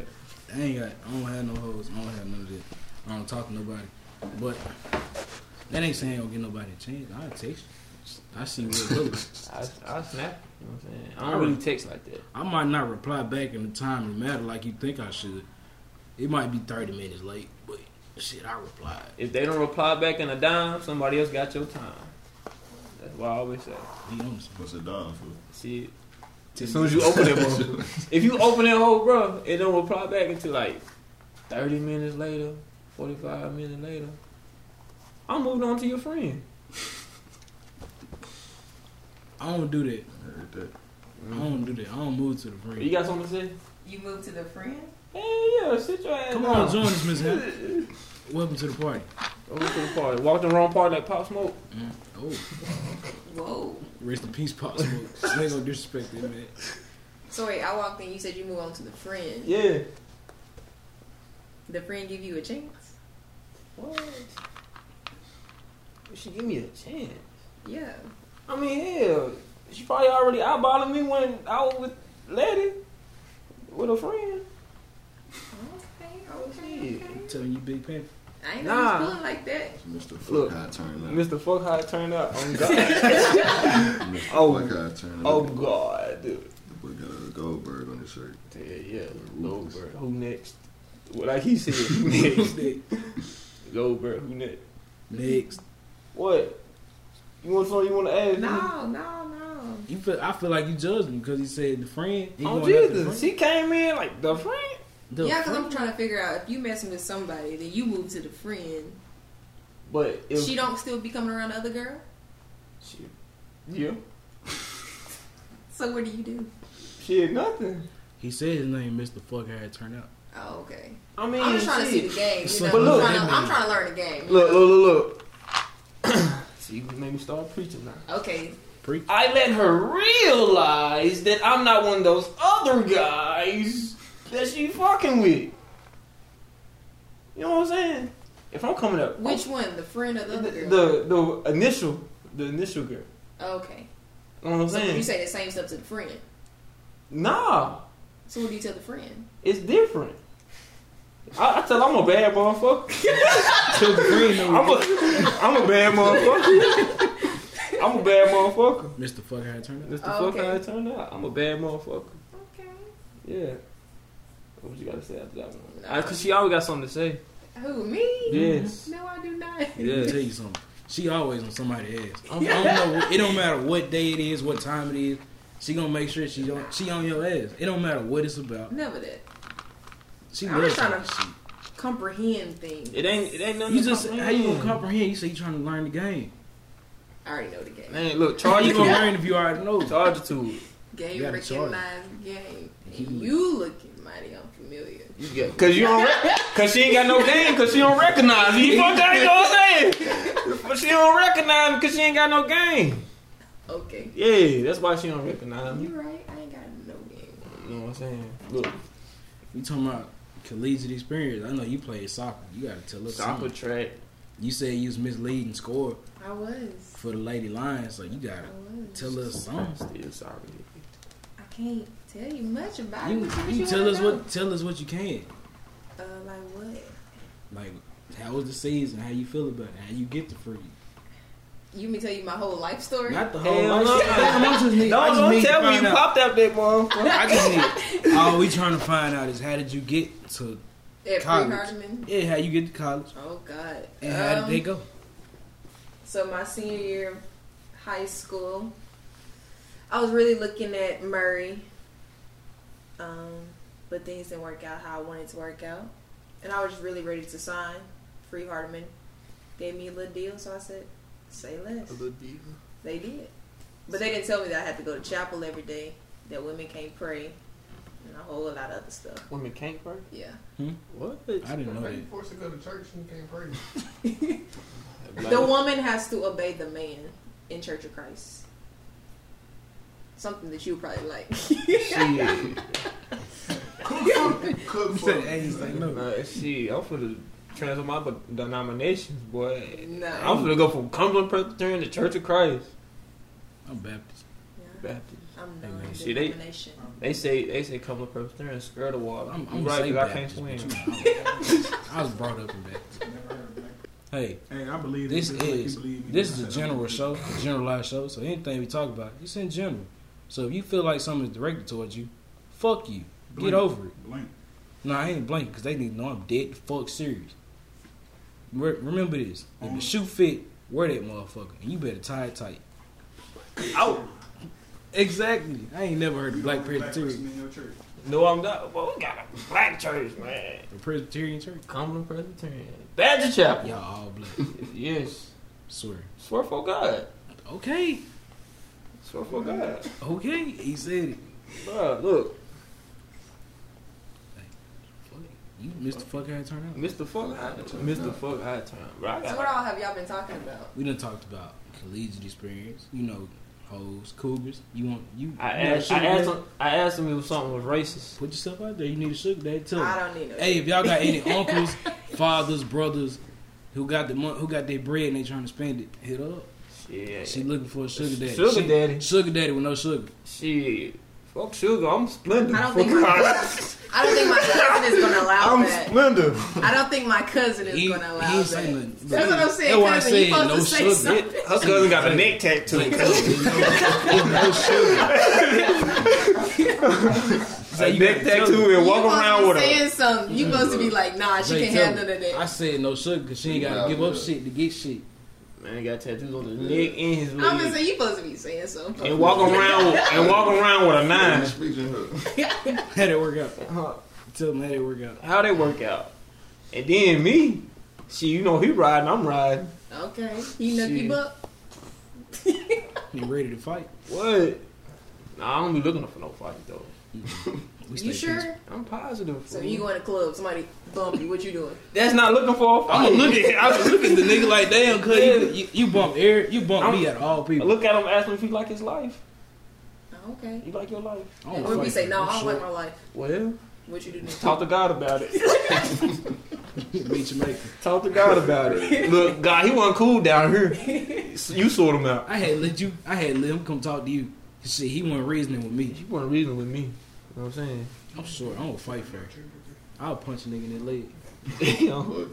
S2: I ain't got. I don't have no hoes. I don't have none of that. I don't talk to nobody. But that ain't saying I don't get nobody a chance. I text. you. I see what it looks.
S1: I I snap. You know what I'm saying? I don't really text like that.
S2: I might not reply back in the time and matter like you think I should. It might be thirty minutes late, but shit, I replied.
S1: If they don't reply back in a dime, somebody else got your time. That's why I always say.
S2: Be honest.
S3: What's a dime, fool?
S1: See, as soon as you open that motherfucker, if you open that whole bro, it don't reply back until like thirty minutes later, forty five minutes later. I moved on to your friend.
S2: I don't do that.
S3: Heard that.
S2: I don't do that. I don't move to the
S1: You
S2: friend.
S1: got something to say?
S4: You moved to the friend?
S1: Hey, yeah, sit your ass
S2: Come
S1: down.
S2: on, join us, Miss Hannah. Welcome to the party.
S1: Over to the party. Walked the wrong party like Pop Smoke.
S2: Oh,
S4: Whoa.
S2: rest in peace, Pop Smoke. I ain't gonna disrespect that man.
S4: So wait, I walked in, you said you moved on to the friend.
S1: Yeah.
S4: The friend give you a chance?
S1: What? You should give me a chance.
S4: Yeah.
S1: I mean, hell, she probably already eyeballing me when I was with Letty, with a friend.
S2: telling you Big Panther.
S4: Oh, I ain't
S1: Nah.
S4: nah. pulling like that.
S3: It's Mr. Fuck
S1: Look,
S3: How I Turn Up.
S1: Mr. Fuck how it turned out. Oh God.
S3: Mr.
S1: oh.
S3: Fuck How I Turn Up.
S1: oh God, dude.
S3: The boy got a Goldberg on his shirt.
S1: Yeah, yeah. Goldberg. Who next? Well, like he said, who next? Goldberg. Who next?
S2: Next,
S1: What? You want something you want to ask? me?
S4: No, no, no.
S2: you feel, I feel like you judged me because he said the friend. He
S1: Oh
S2: going after the
S1: Jesus!
S2: friend.
S1: She came in like the friend.
S2: The
S4: yeah, because
S2: friend.
S4: I'm trying to figure out if you messing with somebody, then you move to the friend.
S1: But if
S4: she don't still be coming around the other girl.
S1: She, yeah,
S4: So what do you do?
S1: she had nothing.
S2: He said his name, Mr. Fuck, how it turned out.
S4: Oh, okay.
S1: I mean,
S4: I'm just trying to see
S1: shit.
S4: the game.
S2: It's
S4: You
S2: like-
S4: know?
S2: But look-
S4: I'm, trying to, I'm trying to learn the game. you
S1: Look,
S4: know?
S1: look, look, look. see, you made me start preaching now.
S4: Okay.
S2: Preach.
S1: I let her realize that I'm not one of those other guys that she fucking with. You know what I'm saying? If I'm coming up,
S4: Which one? The friend or
S1: the,
S4: the other girl?
S1: the the initial the initial girl.
S4: okay.
S1: You know what I'm
S4: So you
S1: saying?
S4: say the same stuff to the friend.
S1: Nah,
S4: So what do you tell the friend?
S1: it's different. I, I tell I'm a bad motherfucker.
S2: Till the friend know
S1: I'm a I'm a bad motherfucker. I'm a bad motherfucker.
S2: Mr. Fuck, how it turned out.
S1: That's the fuck
S4: Okay.
S1: how it turned out. I'm a bad motherfucker.
S4: Okay.
S1: Yeah. What you gotta say after that one? I, Cause she always got something to say.
S4: Who me?
S1: Yes.
S4: No, I do not.
S2: Let me
S1: Yeah.
S2: tell you something. She always on somebody's ass. I don't, I don't know. It don't matter what day it is, what time it is. She gonna make sure she on she on your ass. It don't matter what it's about.
S4: Never that.
S2: She
S4: I'm
S2: loves
S4: trying to-
S2: shit.
S4: Comprehend things.
S1: It ain't. It ain't nothing.
S2: You
S1: to
S2: just how
S1: comprehend.
S2: you gonna comprehend? You say you trying to learn the game.
S4: I already know the game.
S1: Man, look,
S2: How
S1: charge
S2: you
S1: it
S2: gonna
S1: to
S2: learn if you already know?
S1: it. Charge it to it.
S4: Game
S2: You gotta charge.
S4: recognize game.
S2: He-
S4: And you looking mighty unfamiliar.
S1: You get, cause you don't. Re- cause she ain't got no game. Cause she don't recognize. it. You fuck that. You know what I'm saying? But she don't recognize me cause she ain't got no game.
S4: Okay.
S1: Yeah, that's why she don't recognize me.
S4: You right. I ain't got no game.
S1: You know what I'm saying? Look,
S2: You talking about collegiate experience? I know you played soccer. You gotta tell us
S1: soccer
S2: something.
S1: track.
S2: You said you was misleading score
S4: I was.
S2: for the Lady Lions, so you
S4: I
S2: gotta
S4: was.
S2: tell us something.
S1: Still soccer.
S4: I can't tell you much about it.
S2: You,
S4: What what
S2: you
S4: you
S2: tell
S4: wanna
S2: us
S4: know?
S2: what tell us what you can.
S4: Uh, like what?
S2: Like how was the season? How you feel about it? How you get the free?
S4: You mean tell you my whole life story?
S2: Not the whole.
S1: Hell
S2: life.
S1: no.
S2: Damn, I just need-
S1: Don't,
S2: I just
S1: don't
S2: need to
S1: tell me
S2: find
S1: you
S2: out.
S1: popped out that motherfucker.
S2: I just need. All we trying to find out is how did you get to?
S4: At
S2: college.
S4: Pre-Hardeman.
S2: Yeah, how you get to college
S4: Oh God.
S2: and how
S4: Um,
S2: did they go?
S4: So my senior year of high school, I was really looking at Murray, um, but things didn't work out how I wanted to work out, and I was really ready to sign. Free Hardeman gave me a little deal, so I said, "Say less." They did, but they didn't tell me that I had to go to chapel every day, that women can't pray, and a whole lot of other stuff.
S1: Women can't pray.
S4: Yeah,
S1: What?
S2: I didn't know
S5: How
S2: that.
S5: you forced to go to church and you can't pray?
S4: the woman has to obey the man in Church of Christ. Something that you probably like.
S1: Shit.
S5: Cook
S2: You
S5: for
S2: said,
S5: me.
S2: hey, he's like, no.
S1: Nah, shit, I'm finna transfer my b- denominations, boy.
S4: No.
S1: I'm finna go from Cumberland Presbyterian to Church of Christ.
S2: I'm Baptist.
S4: Yeah,
S1: Baptist.
S4: I'm
S2: Hey, man,
S4: non
S1: shit, they-
S4: denomination.
S1: They say they say Cumberland Presbyterian skirt the water.
S2: I'm,
S1: You
S2: I'm
S1: right,
S2: say
S1: 'cause I
S2: Baptist.
S1: can't swim.
S2: but you know, I was brought up in Baptist.
S5: Never heard of that.
S2: Hey,
S5: Hey, I believe
S2: this
S5: just like you
S2: is
S5: believe me.
S2: this is
S5: I
S2: a
S5: said, I
S2: general
S5: believe
S2: show, a generalized show. So anything we talk about, it's in general. So if you feel like something is directed towards you, fuck you. Get
S5: Blink.
S2: over it.
S5: you. Blank.
S2: No, I ain't blanking because they need to know I'm dead fuck serious. Re- remember this: if the shoe fit, wear that motherfucker, and you better tie it tight.
S1: Out.
S2: Exactly. I ain't never heard
S5: You
S2: of black
S5: don't have a black person
S2: Presbyterian,
S5: in your church.
S1: No, I'm not. Well, we got a black church, man.
S2: the Presbyterian church.
S1: Cumberland Presbyterian. Badger Chapel.
S2: Y'all all black.
S1: Yes.
S2: Swear.
S1: Swear for God.
S2: Okay,
S1: Swear for God.
S2: okay. He said it.
S1: Bruh, look,
S2: Fuck it. You missed the fuck how it turned out.
S1: Mr. Fuck High Time. Mr. Fuck High Time. Bro, I
S4: So
S1: got
S4: what all have y'all been talking about?
S2: We done talked about collegiate experience. You know, hoes, cougars. You want you?
S1: I
S2: you want a
S1: asked,
S2: sugar
S1: I asked
S2: daddy?
S1: him. I asked him if something was racist.
S2: Put yourself out there. You need a sugar daddy. Tell
S4: I
S2: me.
S4: don't need no.
S2: Hey, if y'all got any uncles, fathers, brothers who got the mon- who got their bread and they trying to spend it, hit her up.
S1: Shit,
S2: She looking for a sugar daddy.
S1: Sugar
S2: She-
S1: daddy.
S2: Sugar daddy with no sugar.
S1: shit. Fuck sugar, I'm splendid.
S4: I don't
S1: Fuck
S4: think my
S1: God.
S4: cousin, I don't think my cousin is gonna allow
S3: I'm
S4: that.
S3: splendid.
S4: I don't think my cousin is
S2: He,
S4: gonna
S2: he
S4: allow
S2: ain't
S4: that.
S2: saying nothing.
S4: That's what I'm saying.
S2: That's why I
S4: Cousin, you
S2: said
S4: supposed
S2: no
S4: to say
S2: sugar.
S4: something.
S1: Her cousin got a neck tattoo.
S2: Say
S1: A
S2: you
S1: neck
S2: gotta tell
S1: tattoo
S2: her.
S4: You
S1: and walk
S4: supposed
S1: around
S4: to
S1: with
S4: be
S1: her.
S4: saying something. You supposed to be like, nah, she
S2: Say,
S4: can't
S2: tell
S4: have none
S2: her.
S4: of that.
S2: Mm-hmm. I said no sugar because she ain't got
S3: Nah,
S2: to give up
S3: yeah.
S2: shit to get shit.
S1: Man, got tattoos on his neck and his
S4: I'm gonna
S1: leg.
S4: say you supposed to be saying something.
S1: And walk around with- and walk around with a
S3: Nah.
S1: nine.
S2: Had it work out. Tell him how it work out.
S1: How they work out? And then me, she, you know, he riding, I'm riding.
S4: Okay, you nookie
S1: Shit.
S4: buck.
S2: He ready to fight.
S1: What? Nah, I don't be looking for no fight though.
S2: We
S4: You
S2: stay peaceful.
S4: sure?
S1: I'm positive.
S4: So
S1: fool.
S4: you going to club? Somebody bump you? What you doing?
S1: That's not looking for a fight.
S6: I'm gonna look at I'm gonna look at the nigga like damn cuz
S1: Yeah.
S6: you
S2: You, you bump Eric. You bump
S1: I'm-
S2: me out of all
S1: I
S2: people.
S1: look at him, ask him if he like his life.
S4: Oh, okay.
S1: You like your life?
S2: I don't
S4: Or if
S2: fight
S4: you say
S2: you.
S4: no,
S2: I'm
S4: I don't like
S2: short.
S4: my life.
S1: Well,
S4: What you do next?
S1: talk to God about it.
S2: Meet Jamaica.
S1: Talk to God about it. Look, God, he wasn't cool down here. You sort him out.
S2: I had let you. I had let him come talk to you. Shit, he wasn't reasoning with me.
S1: You weren't reasoning with me. You know what I'm saying?
S2: I'm sure I don't fight for it. I'll punch a nigga in the leg.
S1: You know?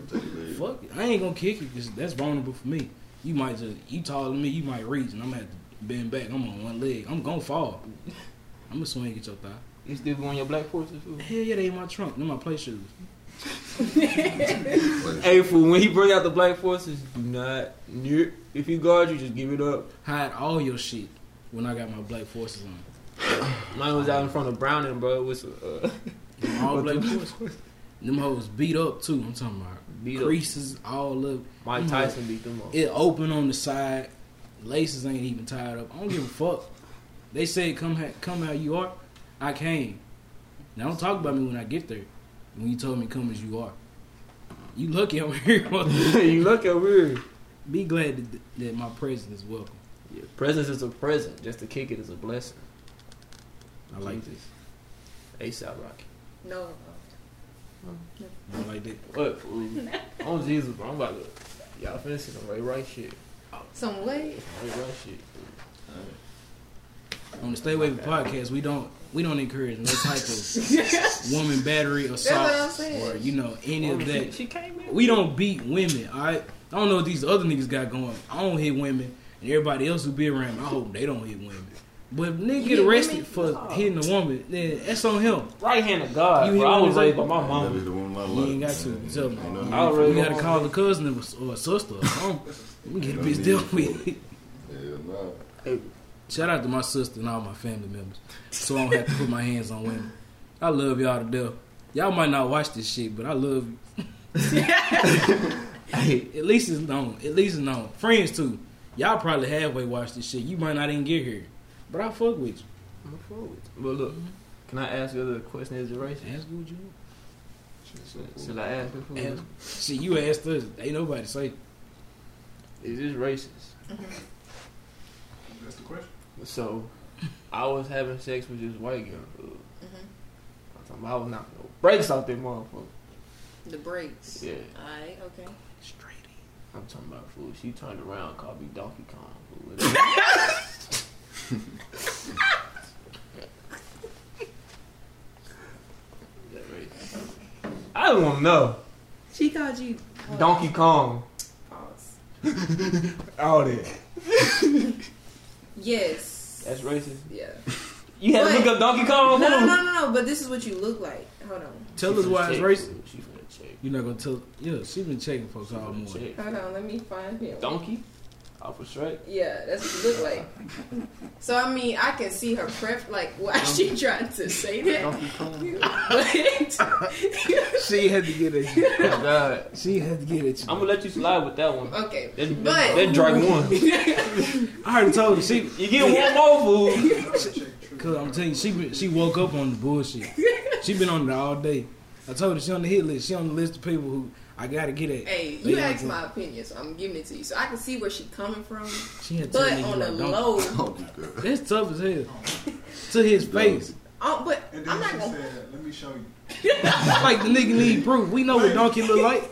S2: Fuck it. I ain't gonna kick you because that's vulnerable for me. You might just you taller than me. You might reach, and I'm gonna have to bend back. I'm on one leg. I'm gonna fall. I'm gonna swing at your thigh.
S1: You still on your black forces, fool?
S2: Hell yeah, they in my trunk. They my play shoes.
S1: Hey, fool, when he bring out the black forces, do not near. If he guard you, just give it up.
S2: Hide all your shit when I got my black forces on.
S1: Mine was out in front of Browning, bro. It was uh,
S2: Them all
S1: What
S2: black
S1: the-
S2: forces. Them hoes beat up too. I'm talking about
S1: beat up.
S2: creases all up.
S1: Mike
S2: Mhm.
S1: Tyson beat them up.
S2: It open on the side. Laces ain't even tied up. I don't give a fuck. They say come ha- come how you are. I came. Now don't talk about me when I get there. When you told me come as you are. You lucky I'm here.
S1: you look at weird.
S2: Be glad that, that my presence is welcome.
S1: Yeah, presence is a present. Just to kick it is a blessing.
S2: I like this.
S1: this. ASAP Rocky.
S4: No.
S2: I like that.
S1: What? fool? on Jesus, bro. I'm about to. Y'all finna see some right, right shit.
S4: Some way.
S1: Right, right shit.
S2: On the Stay Away from podcast, we don't we don't encourage no type of
S4: Mm-hmm.
S2: woman battery
S4: what I'm
S2: assault
S4: saying.
S2: or you know any of
S1: She,
S2: that.
S1: she came in.
S2: We don't beat women, alright? I don't know what these other niggas got going. I don't hit women and everybody else who be around me, I hope they don't hit women. But if nigga
S4: You
S2: get
S4: hit
S2: arrested
S4: women?
S2: for
S1: Oh.
S2: hitting a woman, then that's on him.
S1: Right hand of God,
S2: You hear
S1: bro. I
S2: what
S1: was
S2: I'm
S1: raised by
S2: saying?
S1: my mama.
S2: You ain't got to tell me.
S1: I
S2: You
S1: already
S2: gotta call a cousin or s- or a sister or something. We get a bitch deal with it.
S3: Yeah, nah.
S2: Shout out to my sister and all my family members. So I don't have to put my hands on women. I love y'all to death. Y'all might not watch this shit, but I love you.
S1: Hey,
S2: At least it's known. At least it's known. Friends too. Y'all probably halfway watched this shit. You might not even get here. But I fuck with you.
S1: I'm forward. But look, can I ask you a question? Is it racist?
S2: Ask who you
S3: Shit, so
S1: Should-
S3: cool.
S1: Should I ask you?
S2: want.
S1: fool?
S2: Ask. Shit, you asked us. Ain't nobody say.
S1: Is this racist?
S5: That's the question.
S1: So, I was having sex with this white girl. fool.
S4: Mm-hmm.
S1: I'm talking about I was knocking no brakes off that motherfucker.
S4: The brakes.
S1: Yeah,
S4: Alright, okay.
S2: Straight in.
S1: I'm talking about fool. She turned around, and called me Donkey Kong. Fool. That racist. I don't want to know
S4: She called you
S1: Donkey Kong.
S4: Pause.
S1: All that.
S4: Yes.
S1: That's racist.
S4: yeah.
S1: You had to
S4: What?
S1: look up Donkey Kong.
S4: No, no,
S1: Hold
S4: no,
S1: on.
S4: no, no. But this is what you look like. Hold on.
S2: Tell
S1: She
S2: us
S1: finna
S2: why it's
S1: check,
S2: racist. Oh,
S1: fool. She finna check.
S2: You're not gonna tell yeah, she been checking folks
S1: She
S2: all
S1: finna
S2: morning.
S1: check.
S4: Hold on. Let me find him.
S1: Donkey. Off of Shrek.
S4: Yeah, that's what you look like. So I mean, I can see her prep. Like, why she trying to say that?
S1: Donkey Kong.
S4: But
S2: She had to get it.
S1: Oh, God.
S2: She had to get it.
S1: I'm gonna let you slide with that one.
S4: okay.
S1: That's,
S4: But-
S1: that's, that's Drake one.
S2: I already told you she
S1: You get one more fool.
S2: Cause I'm telling you, she been, she woke up on the bullshit. she been on it all day. I told her she on the hit list. She on the list of people who I gotta get at.
S4: Hey,
S2: They
S4: you
S2: like
S4: asked
S2: it.
S4: my opinion, so I'm giving it to you. So I can see where she coming from,
S2: She had
S4: but
S2: told me
S4: on the
S2: like, don't-
S4: low,
S3: I'll be good.
S2: That's tough as hell. to his face,
S4: oh, but
S5: And
S4: I'm
S5: then
S4: not
S5: she
S4: gonna.
S5: said, "Let me show you."
S2: like the nigga need proof. We know what donkey look like.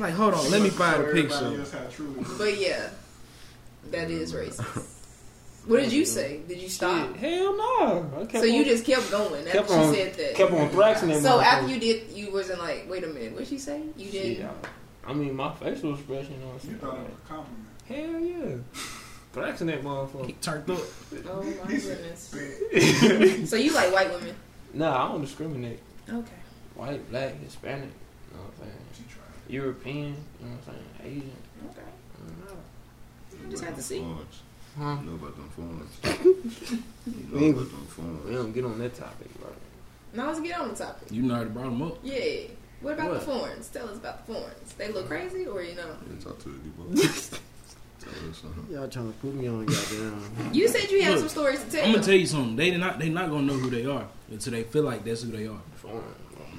S2: Like, hold on, let me
S5: Show
S2: find a
S5: everybody
S2: picture.
S5: else how true it is.
S2: Mm.
S4: But yeah, that is racist. What did you say? Did you stop?
S1: Hell no. I kept
S4: So you
S1: on-
S4: just kept going after
S1: Kept
S4: she
S1: on-
S4: said that.
S1: kept on thrashing that
S4: so
S1: motherfucker.
S4: after you did, you wasn't like, wait a minute, what she say? You did.
S1: Shit, I, I mean, my facial expression on.
S5: You thought it was a compliment.
S1: Hell yeah. Thrashing that motherfucker.
S2: He turned up.
S4: Oh my goodness.
S5: Bitch.
S4: So you like white women?
S1: Nah, I don't discriminate.
S4: Okay.
S1: White, black, Hispanic. You know what I'm saying?
S5: She tried.
S1: European. You know what I'm saying? Asian.
S4: Okay.
S1: I don't know.
S4: I just had to see.
S3: Phones.
S1: Huh?
S3: You know about them phones. you know
S1: Ain't-
S3: about them phones.
S1: We don't get on that topic, bro.
S4: Now let's get on the topic.
S2: You know how to brought him up.
S4: Yeah. What about
S1: What?
S4: the foreigns? Tell us about the foreigns. They look crazy, or you know?
S3: Yeah, talk to the people. Tell us something.
S1: Y'all trying to put me on goddamn.
S4: You said you had
S2: Look,
S4: some stories to tell.
S2: I'm gonna tell you something. They not they not gonna know who they are until they feel like that's who they are.
S1: Foreign.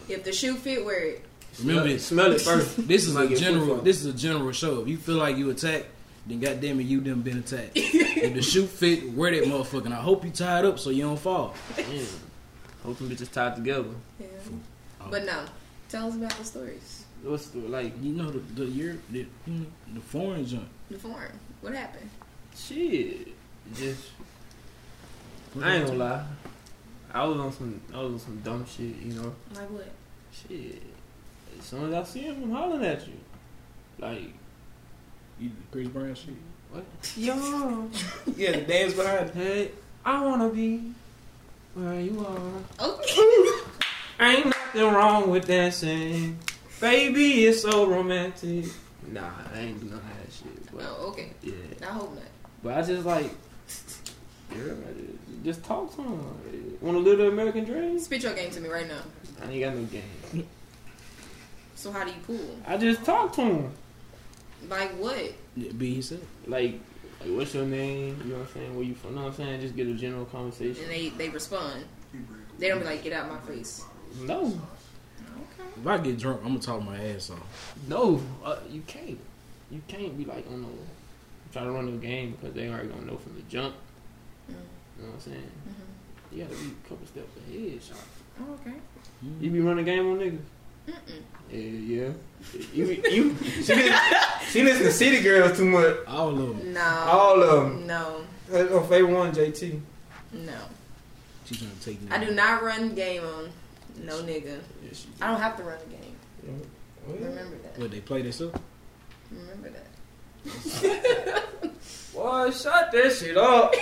S4: if the shoe fit, wear it.
S2: Remember
S1: Smell-
S2: it.
S1: Smell it first.
S2: This is a
S1: Like a
S2: general.
S1: football.
S2: This is a general show. If you feel like you attacked, then goddamn it, you done been attacked. if the shoe fit, wear that motherfucker. And I hope you tied up so you don't fall.
S1: yeah. Hope them bitches tied together.
S4: Yeah.
S2: Oh.
S4: But no, tell us about the stories.
S1: What's the, like,
S2: You know the the year the, you know, the foreign joint.
S4: The foreign. What happened?
S1: shit. Just, I ain't gonna lie. I was on some, I was on some dumb shit, you know.
S4: Like what?
S1: Shit. As soon as I see him, I'm hollering at you. Like,
S2: You Chris Brown shit.
S1: what? Yo. yeah, the
S6: dance behind
S1: Hey, I wanna be where you are.
S4: Okay.
S1: Ain't nothing wrong with dancing. Baby, it's so romantic. Nah, I ain't doing none of that shit.
S4: oh,
S1: But,
S4: okay.
S1: yeah.
S4: I hope not.
S1: But I just like, yeah, I just- just talk to him. Want to live the American dream?
S4: Spit your game to me right now.
S1: I ain't got no game.
S4: So how do you pool?
S1: I just talk to him.
S4: Like what?
S2: Yeah, be he said.
S1: Like, like, what's your name? You know what I'm saying? Where you from? You know what I'm saying? Just get a general
S4: And
S1: conversation.
S4: they they respond.
S5: He break.
S4: They don't be like, get out my face.
S1: No,
S4: Okay.
S2: If I get drunk, I'm gonna talk my ass off.
S1: no, uh, you can't. You can't be like, oh no, try to run the game because they already gonna know from the jump.
S4: Mm-hmm.
S1: You know what I'm saying? You gotta be a couple steps ahead, shot.
S4: Mm-hmm. Okay.
S1: You be running game on niggas.
S4: Mm-mm.
S1: Yeah, yeah. You, be- you, she, listen, she listen to City Girls too much.
S2: All of them.
S4: No.
S1: All of them.
S4: No.
S1: That's my favorite one, JT.
S4: No.
S2: She's trying to take me.
S4: I do not run game on no nigga.
S1: Yeah, she
S4: I don't have to run the game.
S1: Well,
S4: Remember that.
S2: What they play this up?
S4: Remember that.
S1: Boy, shut that shit up.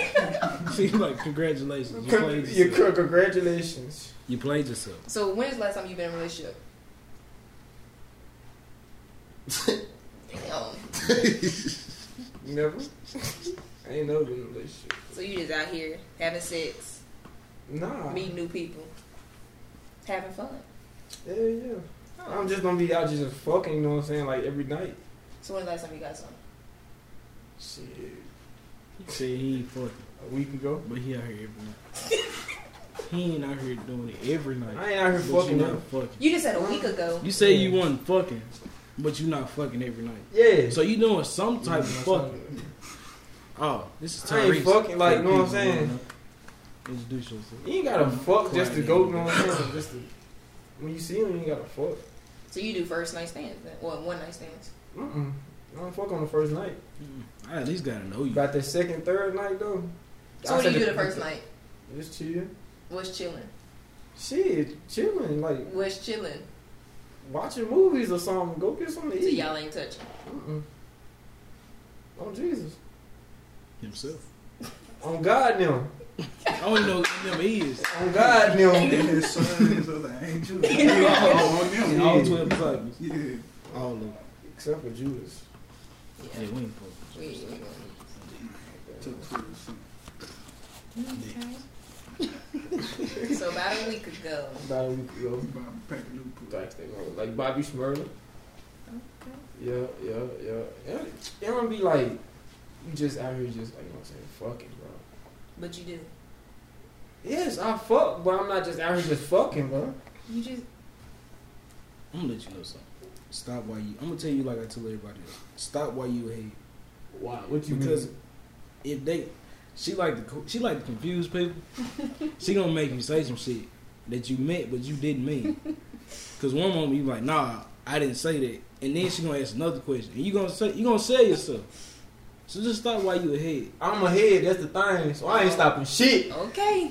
S2: See, like congratulations, you
S1: Con-
S2: played
S1: you-
S2: yourself.
S1: con- congratulations.
S2: You played yourself.
S4: So when is the last time you've been in a relationship? Damn.
S1: Never. I ain't never been in a relationship.
S4: So you just out here having sex,
S1: Nah.
S4: meeting new people, having fun.
S1: Yeah, yeah. I'm just gonna be out just fucking, you know what I'm saying, like every night.
S4: So when's the last time you got some?
S1: Shit.
S2: See, he ain't fucking,
S1: A week ago.
S2: but he out here every night. he ain't out here doing it every night.
S1: I ain't out here
S2: But you
S1: fucking.
S2: not
S1: up.
S2: fucking.
S4: You just said a week ago.
S2: You say you wasn't fucking, but you not fucking every night.
S1: Yeah.
S2: So you doing some type of
S1: You know what I'm
S2: fucking. Oh, this is
S1: I
S2: Tyrese.
S1: ain't fucking, like, you know what I'm saying?
S2: Introduce yourself.
S1: You ain't gotta fuck just to go, you know what I'm saying? Just to, when you see him, you ain't gotta fuck.
S4: So you do first night stands, then- well, one night stands.
S1: Mm-mm. I don't fuck on the first night.
S2: I at least gotta know you.
S1: About the second, third night though.
S4: So
S1: I
S4: what do
S1: said
S4: you do
S1: the-
S4: the first night?
S1: Just chill.
S4: What's chilling?
S1: Shit, chilling, like
S4: What's chilling?
S1: watching movies or something. Go get something to
S4: So
S1: eat.
S4: y'all ain't touching.
S1: Mm-mm. On Jesus.
S2: Himself.
S1: On God now.
S2: I don't even know who them is.
S1: On God now.
S5: And his son is other angel. Oh, on them.
S2: All 12 disciples.
S5: Yeah.
S2: All of them.
S1: Except for Judas.
S2: Yeah,
S4: Yeah.
S2: we ain't fucking.
S4: We, we, we.
S5: Took to the son.
S4: So about a week ago.
S1: About a week ago.
S5: He bought him a pack of new pussy.
S1: Like, they gonna- like Bobby Smurda. Yeah, yeah, yeah. yeah. It don't be like you just out here just like you know what I'm saying, fucking, bro.
S4: But you do.
S1: Yes, I fuck, but I'm not just out here just fucking, bro.
S4: You just
S2: I'm gonna let you know something. Stop while you. I'm gonna tell you like I tell everybody else. Stop while you ahead.
S1: Why? What you
S2: Because
S1: mean?
S2: if they, she like to co- she like to confuse people. she gonna make you say some shit that you meant but you didn't mean. Cause one moment you like, nah, I didn't say that, and then she gonna ask another question, and you gonna say you gonna sell yourself. So just stop while you ahead.
S1: I'm ahead. That's the thing. So I ain't stopping shit.
S4: Okay.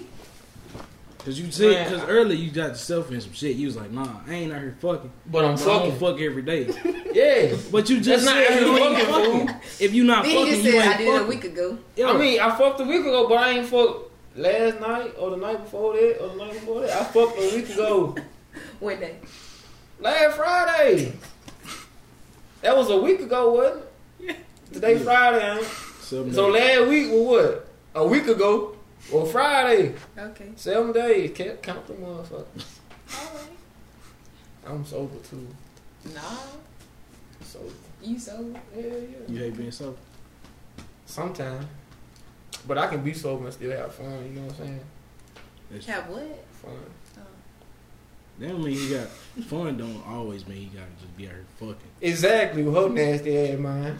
S2: Cause you said,
S1: Man,
S2: cause
S1: I-
S2: earlier you got yourself in some shit. You was like, nah, I ain't out here fucking.
S7: But
S2: But
S7: I'm
S2: I don't
S7: fucking.
S2: fuck every day.
S1: Yeah.
S2: But you
S7: That's
S2: just
S7: not
S2: said
S7: actually
S2: you ain't
S7: fucking,
S2: fucking. If you not
S4: Then he
S2: fucking,
S4: just
S2: you
S4: said
S2: ain't
S4: I did it a
S2: fucking.
S4: week ago.
S2: Yo,
S7: I mean, I fucked a week ago, but I ain't fucked last night or the night before that or the night before that. I fucked a week ago.
S4: One day.
S7: Last Friday. That was a week ago, wasn't it? Today Friday. ain't
S2: seven
S7: it? So
S2: days.
S7: last week was what? A week ago. Well, Friday.
S4: Okay.
S7: Seven days. Can't count the motherfucker. I'm sober too.
S4: Nah,
S7: Sober.
S4: you so.
S7: Yeah, yeah.
S2: you hate being sober.
S7: Sometimes. But I can be sober and still have fun, you know what I'm saying?
S2: That's-
S4: Have what?
S7: Fun.
S2: That don't mean you got fun. Don't always mean you gotta just be out here fucking
S7: Exactly, with her nasty ass mind.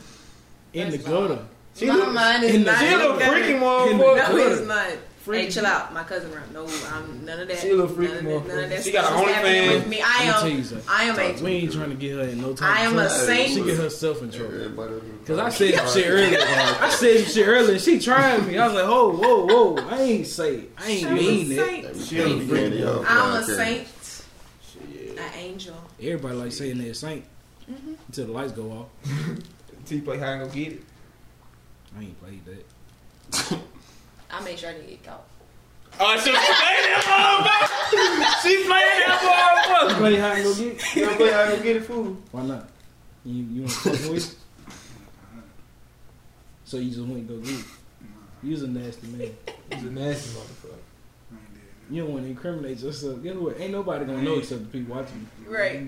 S2: in the
S4: That's
S2: gutter.
S7: She
S4: my
S7: look-
S4: mind is
S2: in the-
S4: not.
S7: She
S4: in
S7: look
S4: the-
S7: freaky
S2: In
S7: motherfucker.
S4: No, it's not. Hey,
S2: Freaky.
S4: chill out. My cousin around. No, I'm none of that.
S7: She a little freaky
S4: none of that, none of
S7: motherfucker.
S4: that
S7: She got
S4: stuff
S7: a
S4: is happening
S7: OnlyFans.
S4: with me. I
S2: I'ma tell
S4: am.
S2: you something.
S4: I am a.
S2: We ain't trying to get her in no type.
S4: I
S2: of
S4: am a
S2: trouble.
S4: saint.
S2: She get herself in trouble.
S3: Everybody else is-
S2: Cause I said some shit earlier. I said some shit earlier. and She tried me. I was like, oh, whoa, whoa. I ain't say. it. I ain't
S4: I'm a
S2: mean it.
S4: saint.
S3: She on the beginning of y'all
S4: I'm a
S3: podcast.
S4: saint.
S7: Shit.
S4: An angel.
S2: Everybody like saying they're a saint
S4: Mm-hmm.
S2: until the lights go off.
S7: T play high and go get it.
S2: I ain't played that.
S4: I make sure I didn't get caught.
S7: Oh, she playing that motherfucker. She playing that motherfucker.
S2: Play high and go get. it?
S7: You know, play high and go get it, fool.
S2: Why not? You you want to fuck with? it? So you just want to go get. it. You was a nasty man.
S7: He's a nasty motherfucker.
S2: You don't want to incriminate yourself. Guess what? Ain't nobody gonna know except the people watching. you.
S4: Right.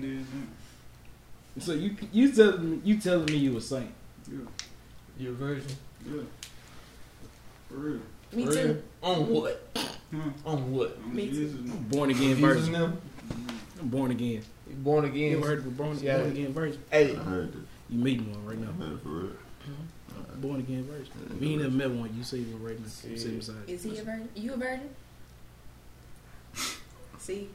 S2: So you you telling me you telling me you a saint?
S7: You a virgin.
S5: Yeah. For real.
S4: Me
S7: For
S4: too.
S7: real. On what?
S5: Hmm.
S7: On what?
S4: Me too.
S5: Jesus, no.
S2: Born again
S7: Jesus
S2: virgin.
S7: now?
S2: I'm born again.
S7: You born
S2: You
S7: again.
S2: ever heard of a born,
S7: Yeah.
S2: born again virgin?
S7: Hey,
S3: I heard that.
S2: You meeting one right now.
S3: I heard it for real.
S2: Born again virgin. We ain't never met one. You say you're right now. You sit beside. you.
S4: Is he a virgin? You a virgin? See,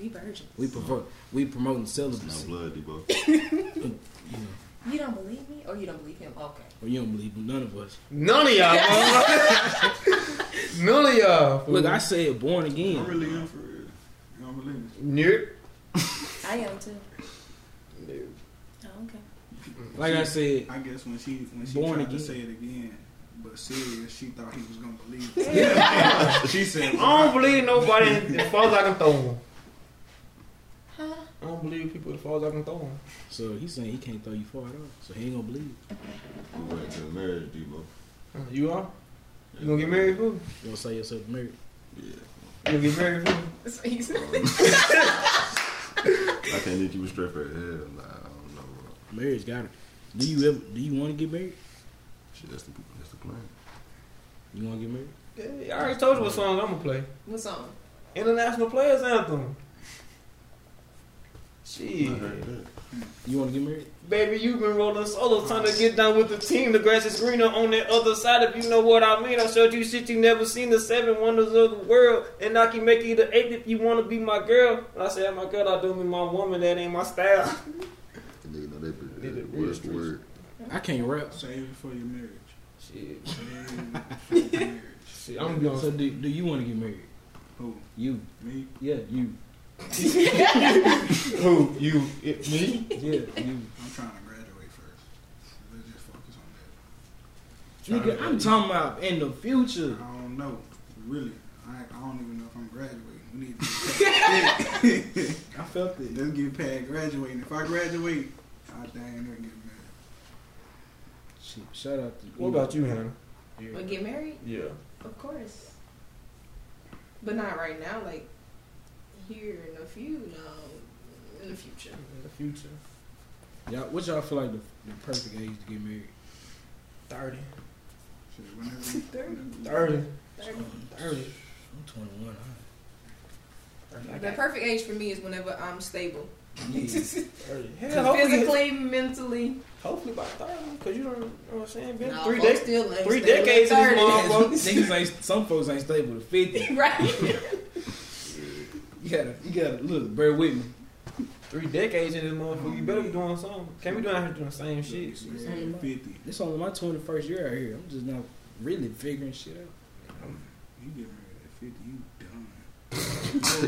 S4: we virgins.
S2: We prefer we promoting
S3: No
S2: celibacy.
S3: blood, Debo.
S2: You know,
S4: You don't believe me, or you don't believe him? Okay.
S2: or you don't believe none of us.
S7: none of y'all. motherfucker. none of y'all. fool.
S2: Look, I said born
S5: I'm
S2: again.
S5: really in for real. You don't believe me?
S7: Nerd.
S4: I am too. Oh, okay.
S2: Like I said,
S5: I guess when she when she
S2: Born
S5: tried
S2: again.
S5: to say it again, but serious, she thought he was gonna believe. it. she said,
S7: I don't
S5: well,
S7: believe nobody as far as I can throw them.
S4: Huh?
S7: I don't believe people as far as I can throw them.
S2: so he's saying he can't throw you far at all. So he ain't gonna believe.
S3: We went to marriage, Debo.
S7: You are? You gonna get married, fool?
S2: You gonna say yourself married?
S3: Yeah. Um,
S7: You gonna get married, fool?
S4: That's what he said.
S3: I can't think you was straight for hell. Nah, I don't know. Bro.
S2: Marriage got it. Do you ever? Do you want to get married?
S3: Shit, that's the that's the plan.
S2: You want to get married?
S7: Yeah, I already told you what song I'm gonna play.
S4: What song?
S7: International Players Anthem. Shit.
S3: I heard that.
S2: You want to get married?
S7: Baby, you've been rolling solo, time to get down with the team. The grass is greener on the other side, if you know what I mean. I showed you shit you never seen, the seven wonders of the world. And I can make you the eighth if you want to be my girl. When I say my girl, I do mean my woman, that ain't my style.
S3: The nigga know they pretty.
S7: Did it
S3: Word for
S7: real
S3: word.
S2: I can't rap.
S5: save it for your marriage.
S7: Shit,
S5: Save it for your marriage.
S7: shit I'm gonna be honest.
S2: So do, do you want to get married?
S5: Who?
S2: You?
S5: Me?
S2: Yeah, you.
S7: Who? You? It, me?
S2: Yeah, you.
S5: I'm trying to graduate first. Let's just focus on
S2: Nigga, I'm talking about in the future.
S5: that. I don't know, really. I, I don't even know if I'm graduating. We need to
S2: I felt it.
S5: let's get past graduating. If I graduate, I dang near get married.
S2: Shit, shout out to
S7: What about you, Hannah?
S4: But get married,
S7: Yeah.
S4: of course. But not right now. Like here in a few, no, in the future.
S7: In the future.
S2: Y'all, what y'all feel like the, the perfect age to get married?
S7: 30.
S5: Shit, whenever. whenever-
S7: 30.
S4: 30.
S7: 30.
S2: I'm 21. Huh?
S4: The perfect age for me is whenever I'm stable,
S7: 30. Hell, hopefully,
S4: physically, mentally.
S7: hopefully by 30. Because you don't, you know what I'm saying? Been
S4: No,
S7: three
S4: folks
S7: days.
S4: still ain't
S7: three
S4: stable at
S7: decades in this
S4: 30.
S2: Niggas ain't, some folks ain't stable to 50.
S4: right.
S2: You gotta, you gotta, look, bear with me.
S7: Three decades in this motherfucker. You better be doing something. Can't be down here doing the same shit.
S5: Man, 50.
S2: This only my twenty first year out here. I'm just not really figuring shit out.
S5: You get married at 50, you done. Your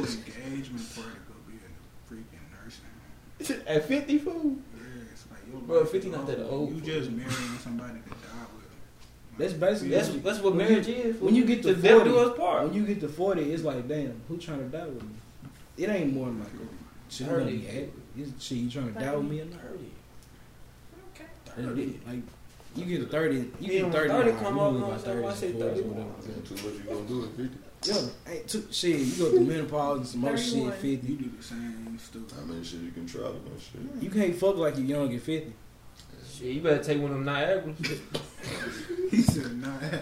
S5: engagement party go be in a freaking nursing home.
S7: At 50, fool?
S5: Yeah, it's like your
S7: Bro,
S5: life
S7: 50
S5: is
S7: not that
S5: over.
S7: old,
S5: You
S7: fool.
S5: just marrying somebody to die with.
S2: That's basically
S7: That's, that's what
S2: When
S7: marriage is. fool.
S2: when you get to
S7: the devil
S2: 40,
S7: do us part.
S2: When you get to forty, it's like, damn, who trying to die with me? It ain't more than like, shit, I'm gonna be happy. It's- Shit, you trying to die with me or not? Thirty, like you get to thirty, you
S7: Yeah,
S2: get to
S7: when
S2: thirty.
S7: 30
S2: now,
S7: come
S2: you
S7: up,
S2: only
S7: you know
S2: about
S7: what I'm saying? Why
S2: thirties
S7: say
S2: and forties or
S7: 31?
S2: whatever.
S3: Ain't too much you gonna do at 50.
S2: Yo, ain't too, shit, you go through menopause and some other shit at
S4: 31.
S5: You
S2: fifty.
S5: do the same stuff.
S3: I mean, shit, you can travel and shit.
S2: You can't fuck like you young at fifty.
S7: Shit, you better take one of them Niagara.
S5: He said, not having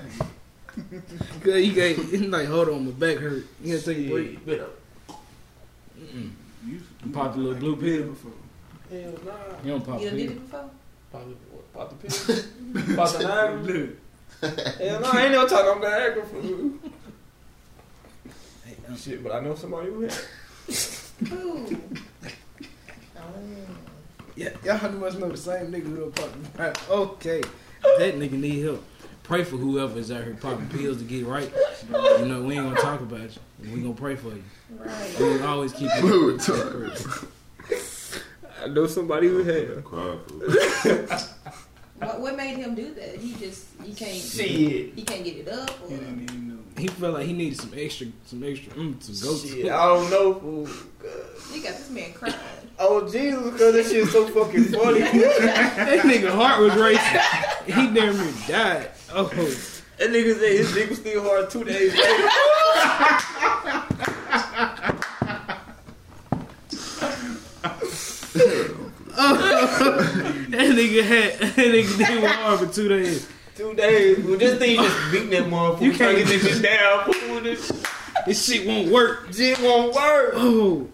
S5: it.
S2: Yeah, you can't like hold on, my back hurt. You gotta take a break.
S7: Shit, better.
S2: Mm-mm.
S5: You,
S2: You pop a little blue
S5: you
S2: pill.
S5: before.
S7: Hell nah.
S2: You don't pop
S4: You done did
S2: pills.
S4: it before?
S7: Pop the, what, pop the pill. pop the Niagara.
S5: Look,
S7: Hell no, I ain't never talking about Niagara food.
S2: Hey, um,
S7: Shit, but I know somebody who had.
S4: Ooh. Oh,
S2: Yeah, y'all must know the same nigga who done popped right. Okay. That nigga need help. Pray for whoever is out here popping pills to get right. You know, we ain't gonna talk about you. We gonna pray for you.
S4: Right.
S2: We will always keep you.
S3: Blue retarded.
S7: I know somebody who had.
S3: Cry for
S4: What, what made him do that? He just he can't
S7: Shit.
S4: he can't get it up or
S5: he didn't even know.
S2: He felt like he needed some extra, some extra, mm, some go
S7: Shit,
S2: to.
S7: I don't know, fool.
S4: you got this man crying.
S7: Oh, Jesus, because that shit is so fucking funny.
S2: That nigga heart was racing. He damn near died. Oh,
S7: That nigga said his dick was still hard two days later.
S2: that nigga had that nigga did hard for two days.
S7: Two days. Well, this thing just beating that motherfucker.
S2: You can't-
S7: trying to get this shit down. fool. This
S2: This shit won't work.
S7: shit won't work.
S2: Oh,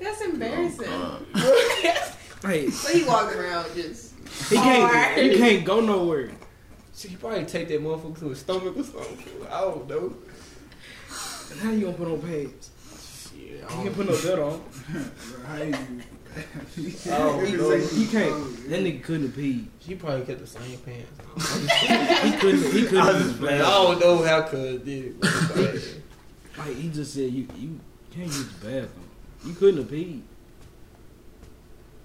S4: That's embarrassing.
S2: hey,
S4: so he walked around just
S2: he can't,
S4: Hard.
S2: he can't go nowhere.
S7: She probably take that motherfucker to his stomach or something. fool. I don't know.
S2: How you gonna put on pants?
S7: Shit, I
S2: He
S7: don't
S2: can put no belt on.
S5: Bro, how you?
S7: Oh,
S2: He
S7: no.
S2: he can't. That nigga couldn't pee.
S7: She probably kept the same pants.
S2: He couldn't. He
S7: I
S2: couldn't.
S7: was just playing. I don't know how cuz did it. but-
S2: Like he just said, you you can't use the bathroom. You couldn't have peed.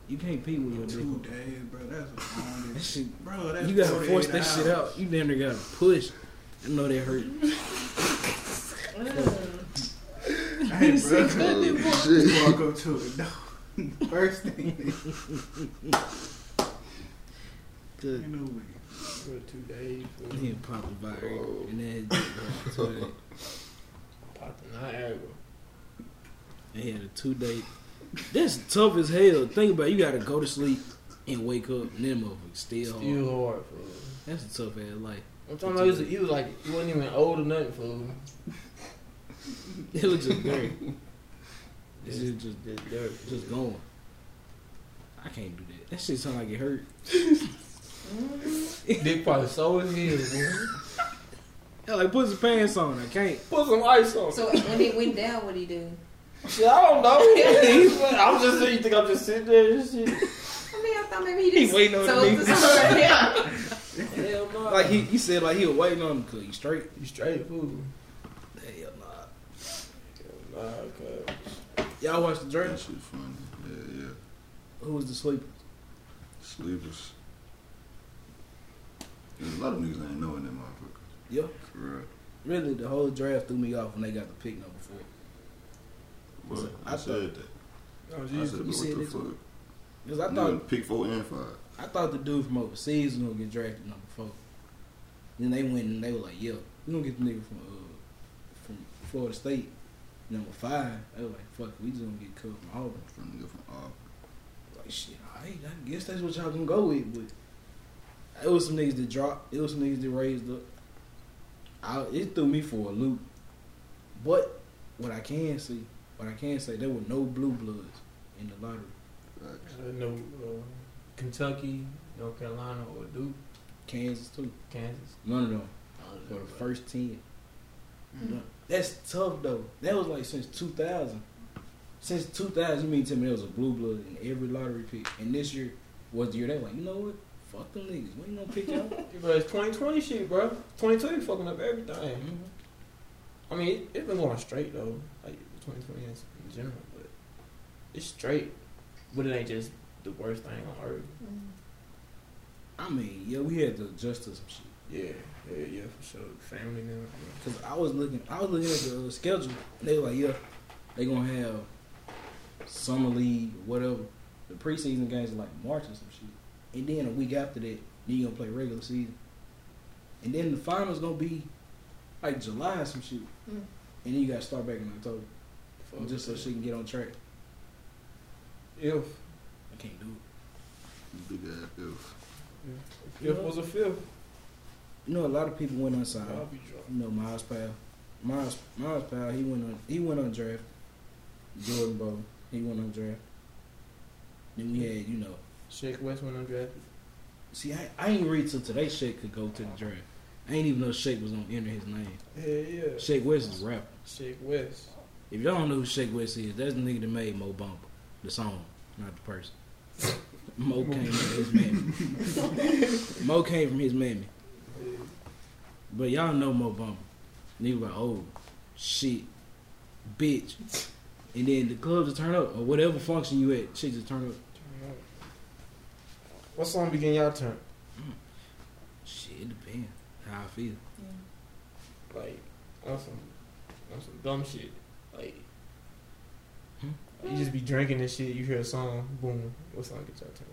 S2: You can't pee with your dick.
S5: Two
S2: on.
S5: days, bro. That's long.
S2: That shit.
S5: Bro, that's
S2: You gotta
S5: 48
S2: force that shit
S5: hours.
S2: out. You damn near gotta push. I know that hurt.
S4: mm.
S5: Hey, bro.
S3: Oh, shit.
S5: walk up to it. No. First thing,
S2: Good.
S5: ain't no way.
S7: For two days. fool.
S2: He had popped the vibrator
S3: Oh.
S2: and then his dick was on two days.
S7: Popped the Niagara.
S2: They had a two day. That's tough as hell. Think about it. You gotta go to sleep and wake up and then motherfucker still hard.
S7: Still hard, fool.
S2: That's a tough ass life.
S7: I'm talking about he was, he was like, he wasn't even old or nothing, fool.
S2: It was just dirty. It's just, just
S7: Just dirt.
S2: just going. I can't do that. That shit sound like it hurt.
S7: Dick probably so as hell, man.
S2: Yeah, like put some pants on. I can't.
S7: Put some ice on.
S4: So when it went down, what he do?
S7: Shit, I don't know. I'm just you think I'm just sitting there and shit.
S4: I mean, I thought maybe he
S2: He
S4: just
S2: waiting on the
S4: the sun down.
S7: Hell no.
S2: Like he, he said, like he was waiting on him because he's straight.
S7: you straight fool.
S2: Hell nah.
S7: Nah, okay.
S2: Y'all watch the
S3: That
S2: Journey?
S3: shit funny. Yeah, yeah.
S2: Who was the sleeper?
S3: Sleepers. There's a lot of niggas ain't knowing that motherfucker.
S2: Yeah.
S3: For real.
S2: Really, the whole draft threw me off when they got the pick number four.
S3: But
S2: I
S3: I said that.
S7: Oh,
S3: I
S7: Jesus.
S2: You
S3: said, but what
S2: said
S3: the
S2: this
S3: fuck?
S2: Because I
S3: Nigga
S2: thought
S3: pick four and five.
S2: I thought the dude from overseas was gonna get drafted number four. Then they went and they were like, "Yo, we gonna get the nigga from uh, from Florida State, number five. They were like, "Fuck, we just gonna get covered from Auburn."
S3: From uh, nigga from Auburn.
S2: Like, shit, alright, I guess that's what y'all gonna go with. But it was some niggas that dropped. It was some niggas that raised up. I, it threw me for a loop. But what I can see, what I can say, there were no blue bloods in the lottery.
S3: Facts.
S7: No, uh, Kentucky, North Carolina, or Duke,
S2: Kansas too.
S7: Kansas.
S2: None of them. for the first ten. That's tough though. That was like since two thousand. since 2000, you mean to tell me there was a blue blood in every lottery pick, and this year was the year they like, you know what? Fuck them niggas. We ain't gonna pick out.
S1: Bro, it's 2020 shit, bro. 2020 fucking up everything.
S2: Mhm.
S1: I mean, it- it's been going straight though, like 2020 is in general, but it's straight. But it ain't just the worst thing on earth.
S2: I mean, yeah, we had to adjust to some shit.
S1: Yeah, yeah, yeah, for sure. Family now.
S2: Cause I was looking, I was looking at the uh, schedule. and They were like, yeah, they gonna have summer league, whatever. The preseason games are like March or some shit, and then a week after that, then you gonna play regular season, and then the finals gonna be like July or some shit,
S4: Mm.
S2: and then you gotta start back in October
S7: Oh,
S1: Fuck
S2: just so
S1: that.
S2: she can get on track.
S1: If
S2: I can't do it.
S3: Big ass if.
S1: if was a fifth,
S2: You know, a lot of people went unsigned.
S7: Oh,
S1: I'll be dropped.
S2: You know, Miles Powell, Miles Miles Powell, he went on he went on draft. Jordan Bow, he went on draft. Then we had, you know,
S1: Shake West went undrafted.
S2: See, I, I ain't read till today Shake could go to the draft. I ain't even know Shake was gonna enter his name.
S1: Hell yeah,
S2: Shake West is a rapper.
S1: Shake West.
S2: If y'all don't know who Shake West is, that's the nigga that made Mo Bump, the song, not the person. Mo came from his mammy. Mo came from his mammy. But y'all know Mo Bump. And he was like, oh, shit, bitch. And then the club just turn up, or whatever function you at, shit just turn up.
S1: What song begin y'all turn?
S2: Shit, it depends how I feel.
S1: Like on some on some dumb shit. Like
S2: Hmm?
S1: you just be drinking and shit. You hear a song, boom. What song get y'all turn?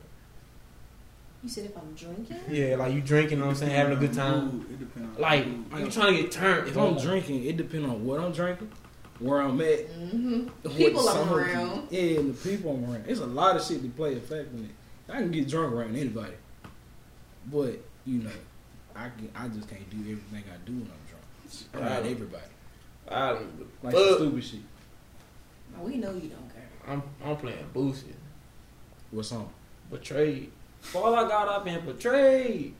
S8: You said if I'm drinking?
S1: Yeah, like you drinking, you know what I'm saying, having a good time.
S5: It depends on the
S1: Like
S5: mood.
S1: you trying to get turned.
S2: If I'm drinking, it depends on what I'm drinking, where I'm at,
S4: Mm-hmm.
S2: what
S4: People
S2: song-
S4: around.
S2: Yeah, and the people I'm around. It's a lot of shit to play a factor in it. I can get drunk around anybody, but you know, I can, I just can't do everything I do when I'm drunk around
S1: Right.
S2: everybody.
S1: I don't give a
S2: Like some
S1: fuck.
S2: stupid shit.
S8: No, we know you don't care.
S1: I'm I'm playing Boosie.
S2: What song?
S1: Betrayed. Fall I got up and betrayed.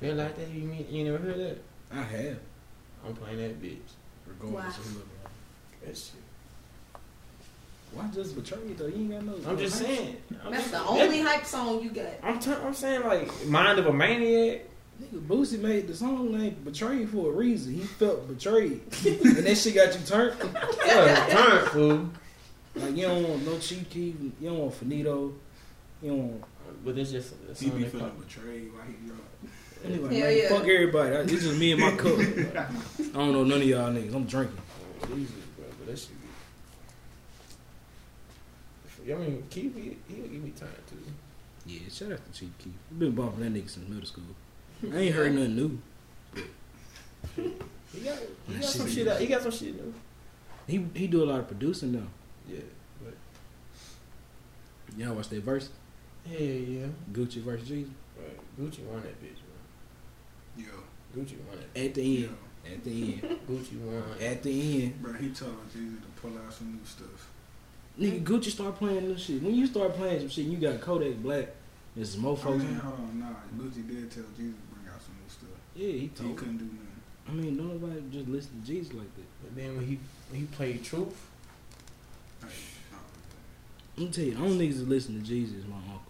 S1: Feel like that? You mean you never heard that?
S2: I have,
S1: I'm playing that bitch.
S2: regardless
S8: Wow.
S2: of who I'm around.
S1: That shit.
S2: Why just betray you though? You ain't got no.
S1: I'm just saying. I'm
S8: That's
S1: just-
S8: the
S1: that-
S8: only hype song you got.
S1: I'm t- I'm saying like mind of a maniac.
S2: Nigga, Boosie made the song named "Betrayed" for a reason. He felt betrayed, and that shit got you turned.
S1: Yeah, turn fool.
S2: Like you don't want no cheap key, you don't want finito, you don't want
S1: But it's just a
S5: He
S1: song
S5: be
S1: that
S5: feeling
S1: pop-
S5: betrayed while he drunk.
S2: anyway.
S4: Hell
S2: man,
S4: yeah.
S2: Fuck everybody. I- It's just me and my cup. I don't know none of y'all niggas. I'm drinking.
S1: Oh, Jesus, bro, but that shit. Be... I mean, Keith, he, he'll give me time too.
S2: Yeah, shout out to Cheap Keith. I've been bumping that nigga since middle school. I ain't heard nothing new.
S1: He got, he
S2: That
S1: got some
S2: shit
S1: shit.
S2: is-
S1: Out, he got some shit new.
S2: He he do a lot of producing though.
S1: Yeah, but
S2: Y'all watch that verse?
S1: yeah, yeah.
S2: Gucci versus Jesus.
S1: Right. Gucci won that bitch, bro.
S5: Yo,
S1: Gucci won it.
S2: At the
S5: yo,
S2: end. At the end.
S1: Gucci won.
S2: At the end.
S5: bro, he told Jesus to pull out some new stuff.
S2: Nigga, Gucci start playing new shit. When you start playing some shit, you got Kodak Black. There's some more
S5: I
S2: folks.
S5: mean, hold on, nah, Gucci did tell Jesus to bring out some new stuff.
S2: Yeah, he
S5: He
S2: told.
S5: couldn't do nothing.
S2: I mean, don't nobody just listen to Jesus like that.
S1: But then when he when he played Truth,
S5: Like, oh,
S2: Let me tell you, the only niggas that listen to Jesus is my uncles.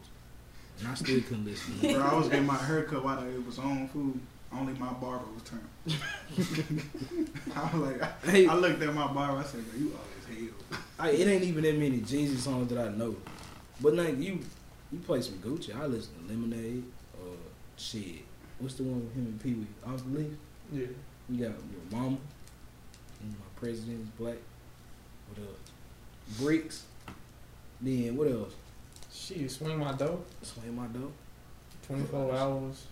S2: And I still couldn't listen to
S5: Bro,
S2: them.
S5: I was getting my haircut while it was on food. Only my barber was turned. I was like, I,
S2: Hey,
S5: I looked at my barber. I said, "Bro, you always hell."
S2: I, it ain't even that many Jesus songs that I know. But like you you play some Gucci, I listen to Lemonade or shit. What's the one with him and Pee Wee? Off the leaf?
S1: yeah,
S2: You got your mama. And my president is black. What else? Bricks. Then what else?
S1: she swing my dough.
S2: Swing my dope.
S1: Twenty four hours.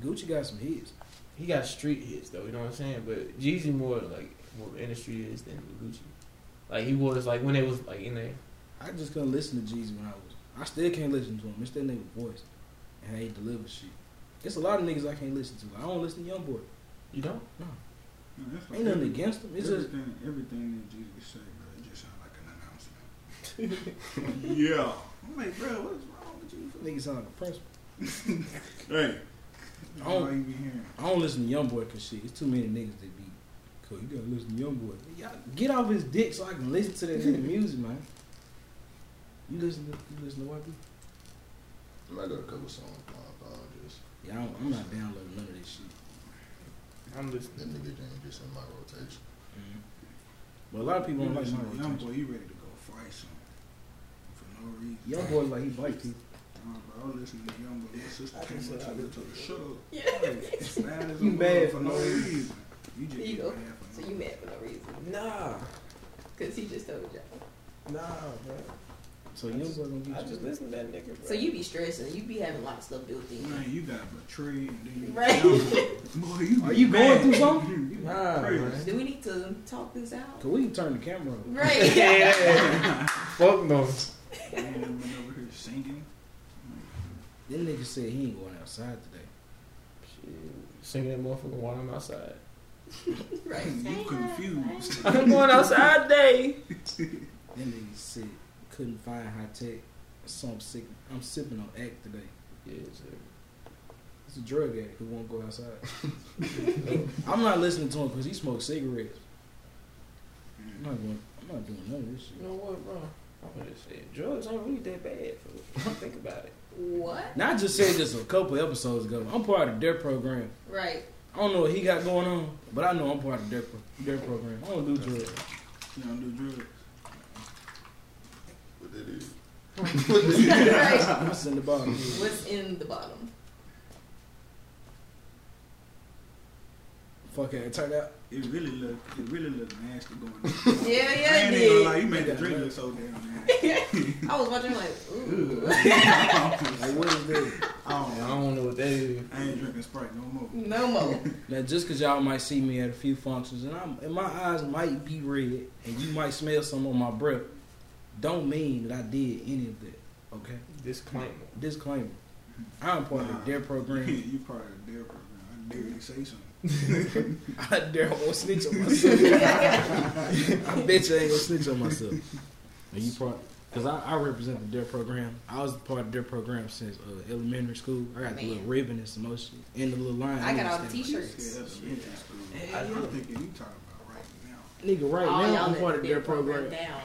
S2: Gucci got some hits.
S1: He got street hits though, you know what I'm saying? But Jeezy more like more industry is than Gucci. Like he was like when they was like in there.
S2: I just couldn't listen to Jeezy when I was. I still can't listen to him. It's that nigga voice and how he delivers shit. It's a lot of niggas I can't listen to. I don't listen to YoungBoy.
S1: You know?
S5: Man, that's like
S2: Ain't nothing
S5: every-
S2: against him. It's just
S5: everything, everything that Jesus said, bro, it just sound like an announcement. yeah. I'm like, bro, what is wrong with you?
S2: niggas sound like a principal.
S5: Hey.
S2: Oh.
S5: All you be hearing.
S7: Oh.
S2: I don't listen to YoungBoy cause shit. It's too many niggas that be Cool, you gotta listen to Youngboy. Y'all get off his dick so I can listen to that nigga music, man. You listen to you listen to what? dude?
S3: I might got a couple songs. uh, uh, just
S2: Yeah, I'm, I'm not downloading none of this shit.
S1: I'm just
S3: that nigga ain't just in my rotation.
S7: Mm-hmm.
S2: But a lot of people
S5: You
S2: don't like
S5: listen
S2: my
S5: to young
S2: rotation.
S5: boy, you ready to go fight some for no reason.
S2: Young boy like he bite people.
S5: Nah, bro, I was listening to young boy. My sister
S7: I
S5: came
S7: just
S5: up
S7: said I
S5: to me
S7: was-
S5: to the shut up.
S4: Yeah.
S5: Like, as mad as
S2: You
S5: a
S2: mad
S5: mother for no
S2: for no
S5: reason. You just
S4: There you
S5: get
S4: go.
S5: mad for
S4: So
S5: no
S4: you mad for no reason?
S7: Nah,
S4: Cause he just told you.
S7: nah, bro.
S2: So young boy gonna
S7: I
S2: get
S7: just
S2: you.
S7: listen to that nigga, bro.
S8: So you be stressing. You be having a lot of stuff built in.
S5: Man, you got betrayed and then you
S4: Right.
S5: Boy, you
S2: Are you going through something?
S5: You
S7: Nah,
S5: crazy.
S7: man.
S8: Do we need to talk this out?
S2: Cause we can turn the camera on.
S4: Right.
S7: Fuck no.
S5: Man, I went over here singing.
S2: This nigga said he ain't going outside today.
S7: Shit. Singing that motherfucker while I'm outside.
S8: Right.
S5: You confused.
S7: I'm going outside day.
S2: Then nigga said couldn't find high tech, so I'm sick. I'm sipping on act today.
S7: Yeah, sir.
S2: It's a drug addict who won't go outside. I'm not listening to him because he smokes cigarettes. I'm not going. I'm not doing none of this
S7: You
S2: shit.
S7: know what, bro? I'm just saying, drugs ain't really that bad. For think about it.
S8: What?
S2: Now I just said this a couple episodes ago. I'm part of their program.
S8: Right.
S2: I don't know what he got going on, but I know I'm part of their pro- their program. I don't do drugs.
S5: You don't do drugs.
S3: What that is?
S8: right.
S2: I'm sitting in the bottom.
S8: What's in the bottom?
S2: Fuck it. Turn out.
S5: It really look, it really look nasty going.
S8: Yeah,
S5: on. I
S8: yeah, it
S5: ain't even gonna
S8: did.
S5: lie, you made the
S2: Yeah.
S5: drink look so damn nasty.
S8: I was watching like, ooh.
S2: Like what is this?
S5: I
S7: I
S5: don't-
S7: don't know what that is.
S5: I ain't drinking Sprite no more.
S8: No more.
S2: Now just because y'all might see me at a few functions and I'm and my eyes might be red and you might smell some on my breath, don't mean that I did any of that. Okay.
S1: disclaimer.
S2: Disclaimer. I'm part of their program.
S5: you part of their program. I dare you say something.
S2: I dare won't snitch on myself. I bet you I ain't gonna snitch on myself. Are you part? Because I, I represent the Dare program. I was part of Dare program since uh, elementary school. I got the little
S8: Man.
S2: ribbon and some other shit. And the little line.
S8: I got all the
S2: Nigga,
S5: You
S8: t-shirts.
S5: said elementary school.
S7: Hell
S5: I
S7: yeah.
S5: don't think you talking about right now.
S2: Nigga, right
S8: all
S2: now
S8: y'all
S2: I'm
S8: that
S2: part of
S8: did
S2: Dare program.
S8: Down.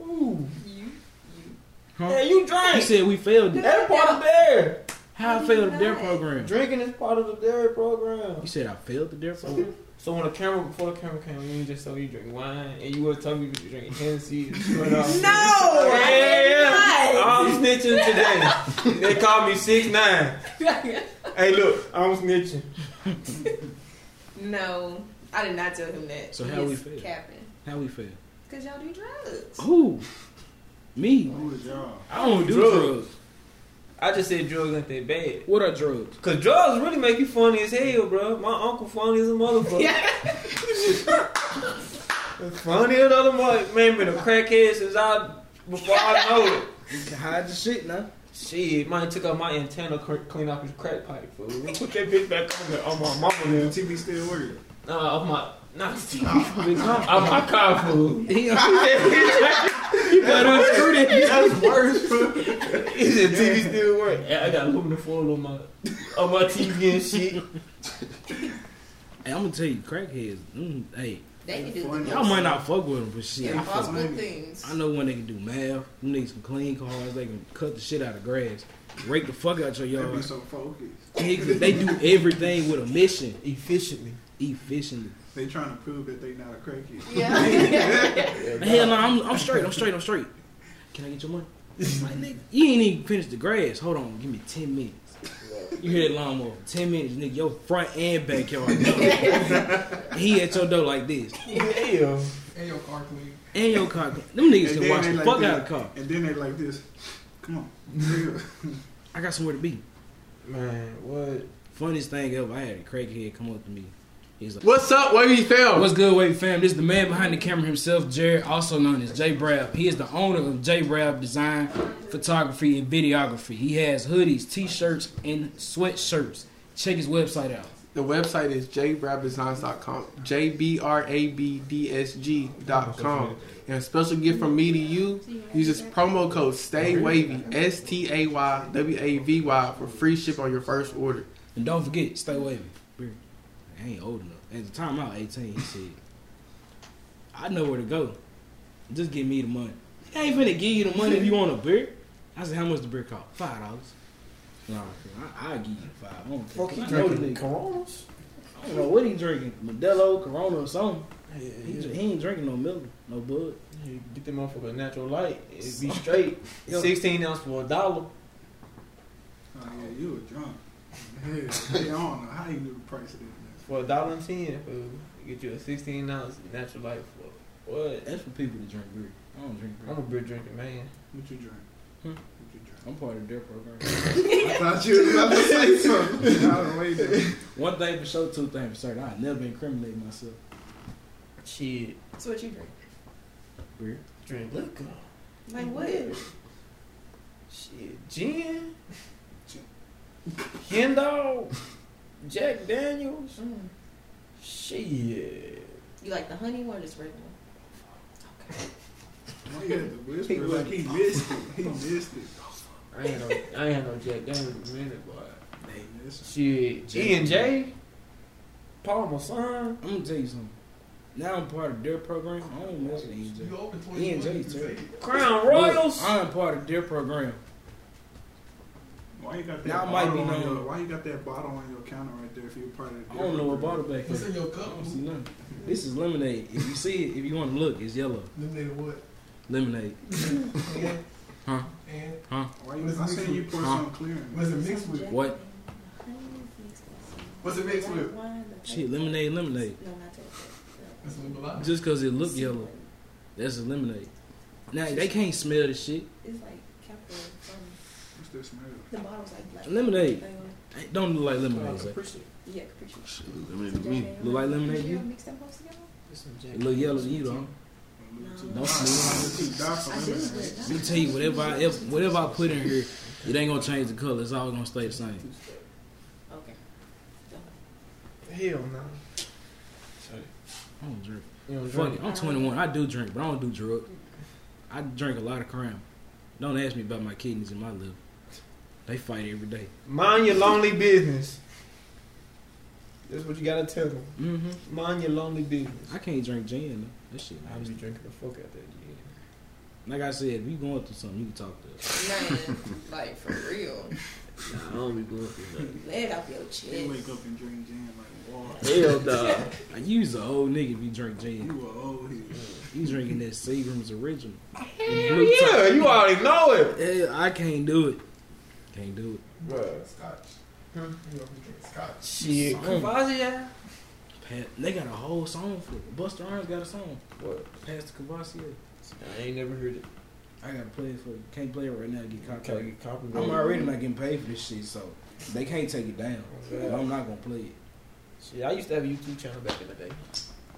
S7: Ooh.
S8: You, you.
S7: Yeah,
S2: Huh?
S7: you
S2: You
S7: drink.
S2: said we failed it.
S7: That part of there.
S2: How I
S8: How
S2: failed
S8: did
S2: the Dare
S8: I?
S2: program?
S7: Drinking is part of the dairy program.
S2: You said I failed the Dare
S1: So,
S2: program.
S1: so when the camera before the camera came, you just told me you drink wine, and you would tell me you was drinking Hennessy. and shit.
S4: No,
S1: yeah, yeah, yeah.
S4: I
S1: I'm snitching today. they called me six nine. Hey, look, I'm snitching.
S4: did not. No, I did not tell him that.
S2: So how we
S4: He's
S2: feel?
S4: Capping.
S2: How we failed?
S4: Cause y'all do drugs.
S2: Who? Me?
S5: Who is y'all?
S2: I don't do
S1: Drugs.
S2: drugs.
S1: I just said drugs ain't that bad.
S2: What are drugs?
S1: Cause drugs really make you funny as hell, bro. My uncle funny as a
S5: Oh.
S1: motherfucker. funny as another mother. Man, been a crackhead since I before I know it.
S2: You can hide the shit now.
S1: Shit, mine took out my antenna, cr- clean out his crack pipe. Fool. Put that bitch back on there. On my mama,
S5: The
S1: there.
S5: TV still working.
S1: Nah, on my not Steve. on my car, fool.
S2: He- you better unscrew that bitch.
S1: That's worse. He said TV still work. Yeah, I got aluminum foil on my on my TV and shit.
S2: Hey, I'm gonna tell you, crackheads. Mm, hey,
S8: They can do
S5: Funny.
S8: the
S2: y'all might not fuck with them, but shit, I,
S8: impossible
S5: funny.
S8: things.
S2: I know when they can do math. Them niggas can clean cars. They can cut the shit out of grass, rake the fuck out your
S5: They be
S2: yard.
S5: so focused.
S2: Niggas, they do everything with a mission,
S1: Efficiently.
S2: efficiently.
S5: They trying to prove that they not a crackhead.
S8: Yeah.
S2: Hell no, I'm, I'm straight. I'm straight. I'm straight. Can I get your money? Like, nigga, you ain't even finished the grass. Hold on, give me ten minutes. You hear that lawnmower? Ten minutes, nigga. Your front and backyard. done. he at your door like this,
S1: Yeah.
S5: And your car clean.
S2: and your car. Them niggas
S5: And
S2: can
S5: then
S2: wash
S5: they
S2: the
S5: like
S2: fuck
S5: this.
S2: out of the car.
S5: And then they like this. Come on. nigga.
S2: I got somewhere to be.
S1: Man, what?
S2: Funniest thing ever, I had a crackhead come up to me. He's like,
S7: What's up, where you fell?
S2: What's good, Wavy fam? This is the man behind the camera himself, Jared, also known as J Brab. He is the owner of J Brab Design, Photography, and Videography. He has hoodies, t shirts, and sweatshirts. Check his website out.
S7: The website is jbrabdesigns.com, jbrabdsg.com. And a special gift from me to you, use this promo code STAYWAVY, S-T-A-Y-W-A-V-Y for free ship on your first order.
S2: And don't forget, stay wavy. I ain't old enough. At the time I was 18, he said, I know where to go. Just give me the money. I ain't finna give you the money if you want a beer. I said, how much the beer cost? Five dollars. Nah, I, I'll give you the five. I don't care.
S9: Fuck, you
S2: I know the
S9: drinking
S2: nigga.
S9: Coronas?
S2: I don't know what he drinking. Modelo, Corona, or something.
S9: Yeah,
S2: He, dr- he ain't drinking no milk, no bud.
S9: You get them motherfucker a natural light. It be straight. Sixteen ounce for a dollar.
S5: Oh, yeah, you were drunk. Hell, yeah, I don't know how you knew the price of this.
S1: For a dollar and ten, fool, you get you a sixteen ounce natural light for what?
S2: That's for people to drink beer. I don't drink beer.
S1: I'm a beer drinking man.
S5: What you drink?
S2: Hmm?
S5: What you drink?
S2: I'm part of their program.
S5: I thought you were about to say something. I was waiting.
S2: One thing for sure, two things for certain. I never incriminate myself.
S1: Shit,
S8: So what you drink?
S2: Beer.
S1: drink liquor.
S8: Like what?
S1: Shit, gin,
S5: Gin.
S1: Hen Dog, Jack Daniels.
S5: Mm.
S1: Shit,
S8: You like the honey one or just regular?
S5: He had to whisper like he missed it. He missed it.
S1: I ain't no, I ain't had no Jack Daniels in a minute, boy.
S5: They missed
S1: Shit, G and J, Paul Masson.
S2: I'm gonna tell you something. Now I'm part of their program. I don't mess with EJ.
S7: open
S2: EJ E too.
S1: Crown Royals.
S2: I'm part of their program.
S5: Why you got that
S2: Now I
S5: bottle
S2: might be
S5: on
S2: known.
S5: your, Why you got that bottle on your counter right there if you're part of the
S2: I don't know what bottle back here.
S7: in your
S2: I
S7: cup?
S2: don't see nothing. This is lemonade. If you see it, if you want to look, it's yellow.
S7: Lemonade what?
S2: Lemonade. Huh?
S7: And
S2: Huh?
S5: Why you, I seen you pour
S2: Huh?
S5: some clearing.
S7: what's it mixed with?
S2: What?
S7: What's it mixed with?
S2: Shit, lemonade, lemonade.
S8: No, not that.
S7: That's limonade.
S2: Just cause it look yellow, that's a lemonade. Now they can't smell the shit.
S8: It's like capital. Um,
S5: What's that smell?
S8: the bottle's like black.
S2: Lemonade.
S8: Thing on it.
S2: It don't look like lemonade. Zay.
S8: Yeah, Capriccio.
S3: Shit, I mean, to me,
S2: Look like lemonade to you?
S8: Mix them both together?
S2: It look yellow to you though.
S5: A little too
S8: No.
S2: Don't
S5: dark.
S2: smell.
S5: A little too dark for
S8: I
S5: lemonade.
S8: did.
S2: Let me tell you, whatever I if, whatever I put in here, it ain't gonna change the color. It's all gonna stay the same.
S8: Okay.
S1: Hell no.
S2: I don't drink.
S1: You know,
S2: Fuck
S1: drink.
S2: it. I'm 21. I do drink, but I don't do drugs. I drink a lot of crown. Don't ask me about my kidneys and my liver. They fight every day.
S1: Mind your lonely business. That's what you gotta tell them.
S2: Mm-hmm.
S1: Mind your lonely business.
S2: I can't drink gin. Though. That shit.
S1: I was
S2: nasty.
S1: drinking the fuck out that gin.
S2: Like I said, if you going through something, you can talk to us.
S8: Man, like for real.
S1: Nah, I don't be going through nothing.
S8: Let off your
S5: You wake
S8: chest.
S5: up and drink gin like water.
S1: Hell no.
S2: Like, you use an old nigga if you drink
S5: You
S2: gin.
S5: were old here.
S2: You drinking that Seagram's original.
S1: Hell yeah, you already know it.
S2: Eh, I can't do it. Can't do
S1: Bruh.
S7: Scotch. Huh? You know, Scotch.
S1: Hmm? Shit.
S2: Song.
S1: Kavazier.
S2: it. Pat, they got a whole song for it. Buster Rhymes got a song.
S1: What?
S2: Pastor Cavassier.
S1: I ain't never heard it.
S2: I gotta play it for you. Can't play it right now. Get caught.
S1: Can I get copyrighted?
S2: I'm already not getting paid for this shit, so they can't take it down. But I'm not gonna play it.
S1: Shit, I used to have a YouTube channel back in the day.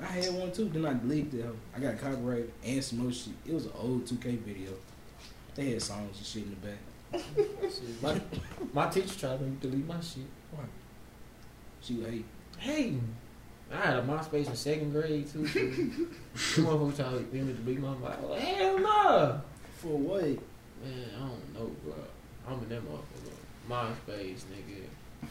S2: I had one too, then I deleted it. I got copyrighted and some more shit. It was an old 2K video. They had songs and shit in the back.
S1: Shit, my, my teacher tried to delete my shit. Why?
S2: She was hating.
S1: Hating. I had a MySpace in second grade too. Some motherfucker trying to get me to delete my mind. Like, hell no.
S2: For what?
S1: Man, I don't know, bro. I'm in that motherfucker. MySpace, nigga.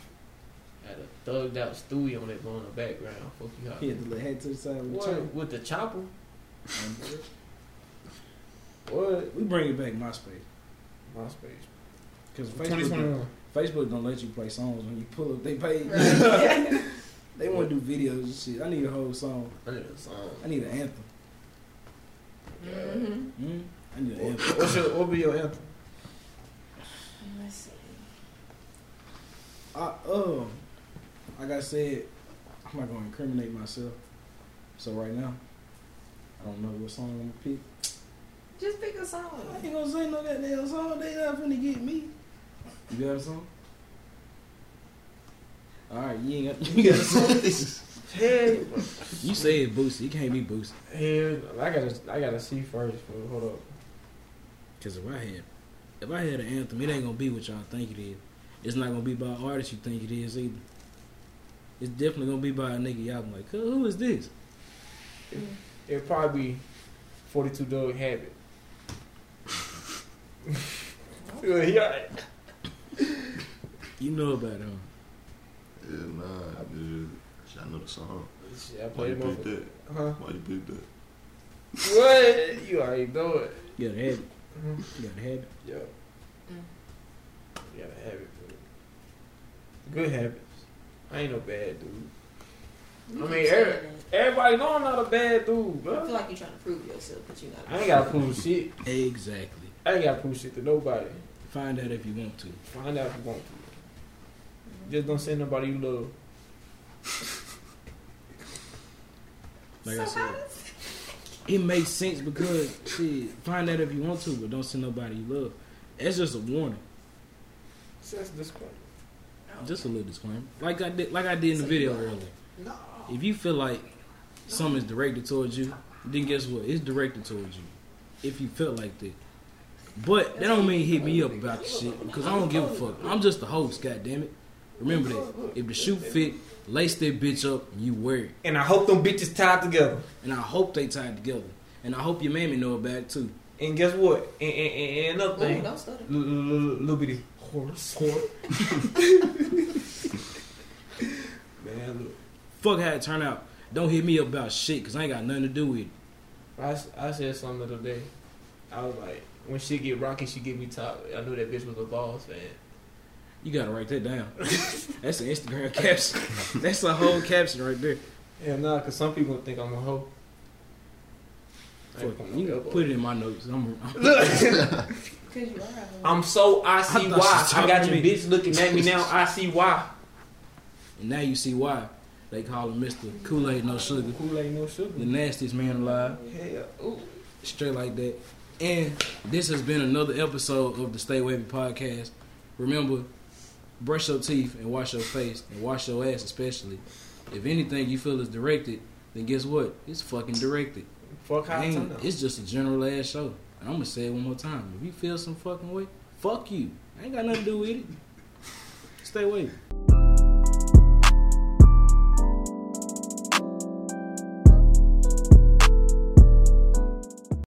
S1: Had a thugged out Stewie on it on the background. Fuck you,
S2: He
S1: how
S2: had to lay head to the side with the
S1: What? With the chopper? What?
S2: chop. Um, We bring it back MySpace.
S1: MySpace.
S2: Because Facebook, Facebook don't let you play songs when you pull up they page.
S8: Right.
S2: they want to do videos and shit. I need a whole song.
S1: I need a song.
S2: I need an anthem.
S8: mm-hmm.
S2: Mm? I need an anthem.
S1: What's your, what be your anthem?
S8: Let's see.
S2: I um, like I said, I'm not gonna incriminate myself. So right now, I don't know what song I'm gonna pick.
S8: Just pick a song.
S2: I ain't gonna say no goddamn song. They not finna get me. You got a song? All right, you ain't got. You got a song?
S1: Hell,
S2: you said Boosie. It can't be Boosie.
S1: hell, I gotta, I gotta see first. But hold up.
S2: Cause if I had, if I had an anthem, it ain't gonna be what y'all think it is. It's not gonna be by artists you think it is either. It's definitely gonna be by a nigga y'all be like, "Huh, who is this?
S1: It'd probably be forty-two Doug Habit. Yeah, yeah.
S2: You know about um, him.
S3: yeah, nah, dude. Shit, I know the the song.
S7: Shit, I
S3: Why you
S7: played
S3: picked
S7: him
S3: that?
S7: Huh?
S3: Why you picked that?
S7: What? You already know it.
S2: You gotta have it. You gotta have it.
S7: Yo. You gotta have it, bro. Good habits. I ain't no bad dude. I mean, Eric. Everybody know I'm not a bad dude,
S4: I feel
S7: bro.
S4: like you're trying to prove yourself, but you're not.
S7: I ain't gotta prove shit.
S2: Exactly.
S7: I ain't gotta prove shit to nobody.
S2: Find out if you want to.
S7: Find out if you want to. Just don't send nobody you love.
S2: Like I said, it makes sense because shit, find out if you want to, but don't send nobody you love. That's just a warning,
S7: That's disappointing.
S2: just a little disclaimer. Like I did, like I did in the video earlier.
S4: No.
S2: If you feel like something is directed towards you, then guess what? It's directed towards you. If you feel like that. But that don't mean hit me up about the shit because I don't give a fuck. I'm just the host, goddammit. Remember that. If the shoe fit, lace that bitch up and you wear it.
S7: And I hope them bitches tied together.
S2: And I hope they tied together. And I hope your mammy know about it too.
S7: And guess what? And, and, and, and another
S4: Ooh,
S7: thing.
S4: don't stutter.
S7: Little- little little- little bitty horse. Horse. Man, look.
S2: Fuck how it turn out. Don't hit me up about shit because I ain't got nothing to do with it.
S10: I, s- I said something the other day. I was like, when she get rocky, she get me top. I knew that bitch was a balls fan.
S2: You gotta write that down. That's an Instagram caption. That's a whole caption right there.
S10: Yeah, nah, cause some people think I'm a hoe. I ain't
S2: Fuck,
S10: putting no
S2: you can
S10: elbow.
S2: put it in my notes. I'm, I'm
S4: Because you are.
S10: I'm so I see
S2: I thought
S10: why.
S2: she
S10: I got
S2: talking
S10: your
S2: to me.
S10: bitch looking at me now. I see why.
S2: And now you see why they call him Mr. Kool Aid No Sugar.
S7: Kool Aid no sugar.
S2: The nastiest man alive.
S7: Hell, ooh.
S2: Straight like that. And this has been another episode of the Stay Wavy podcast. Remember, brush your teeth and wash your face and wash your ass, especially. If anything you feel is directed, then guess what? It's fucking directed.
S7: Fuck how
S2: Ain't-
S7: it turned out.
S2: it's just a general ass show. And I'm gonna say it one more time. If you feel some fucking way, fuck you. I ain't got nothing to do with it. Stay wavy.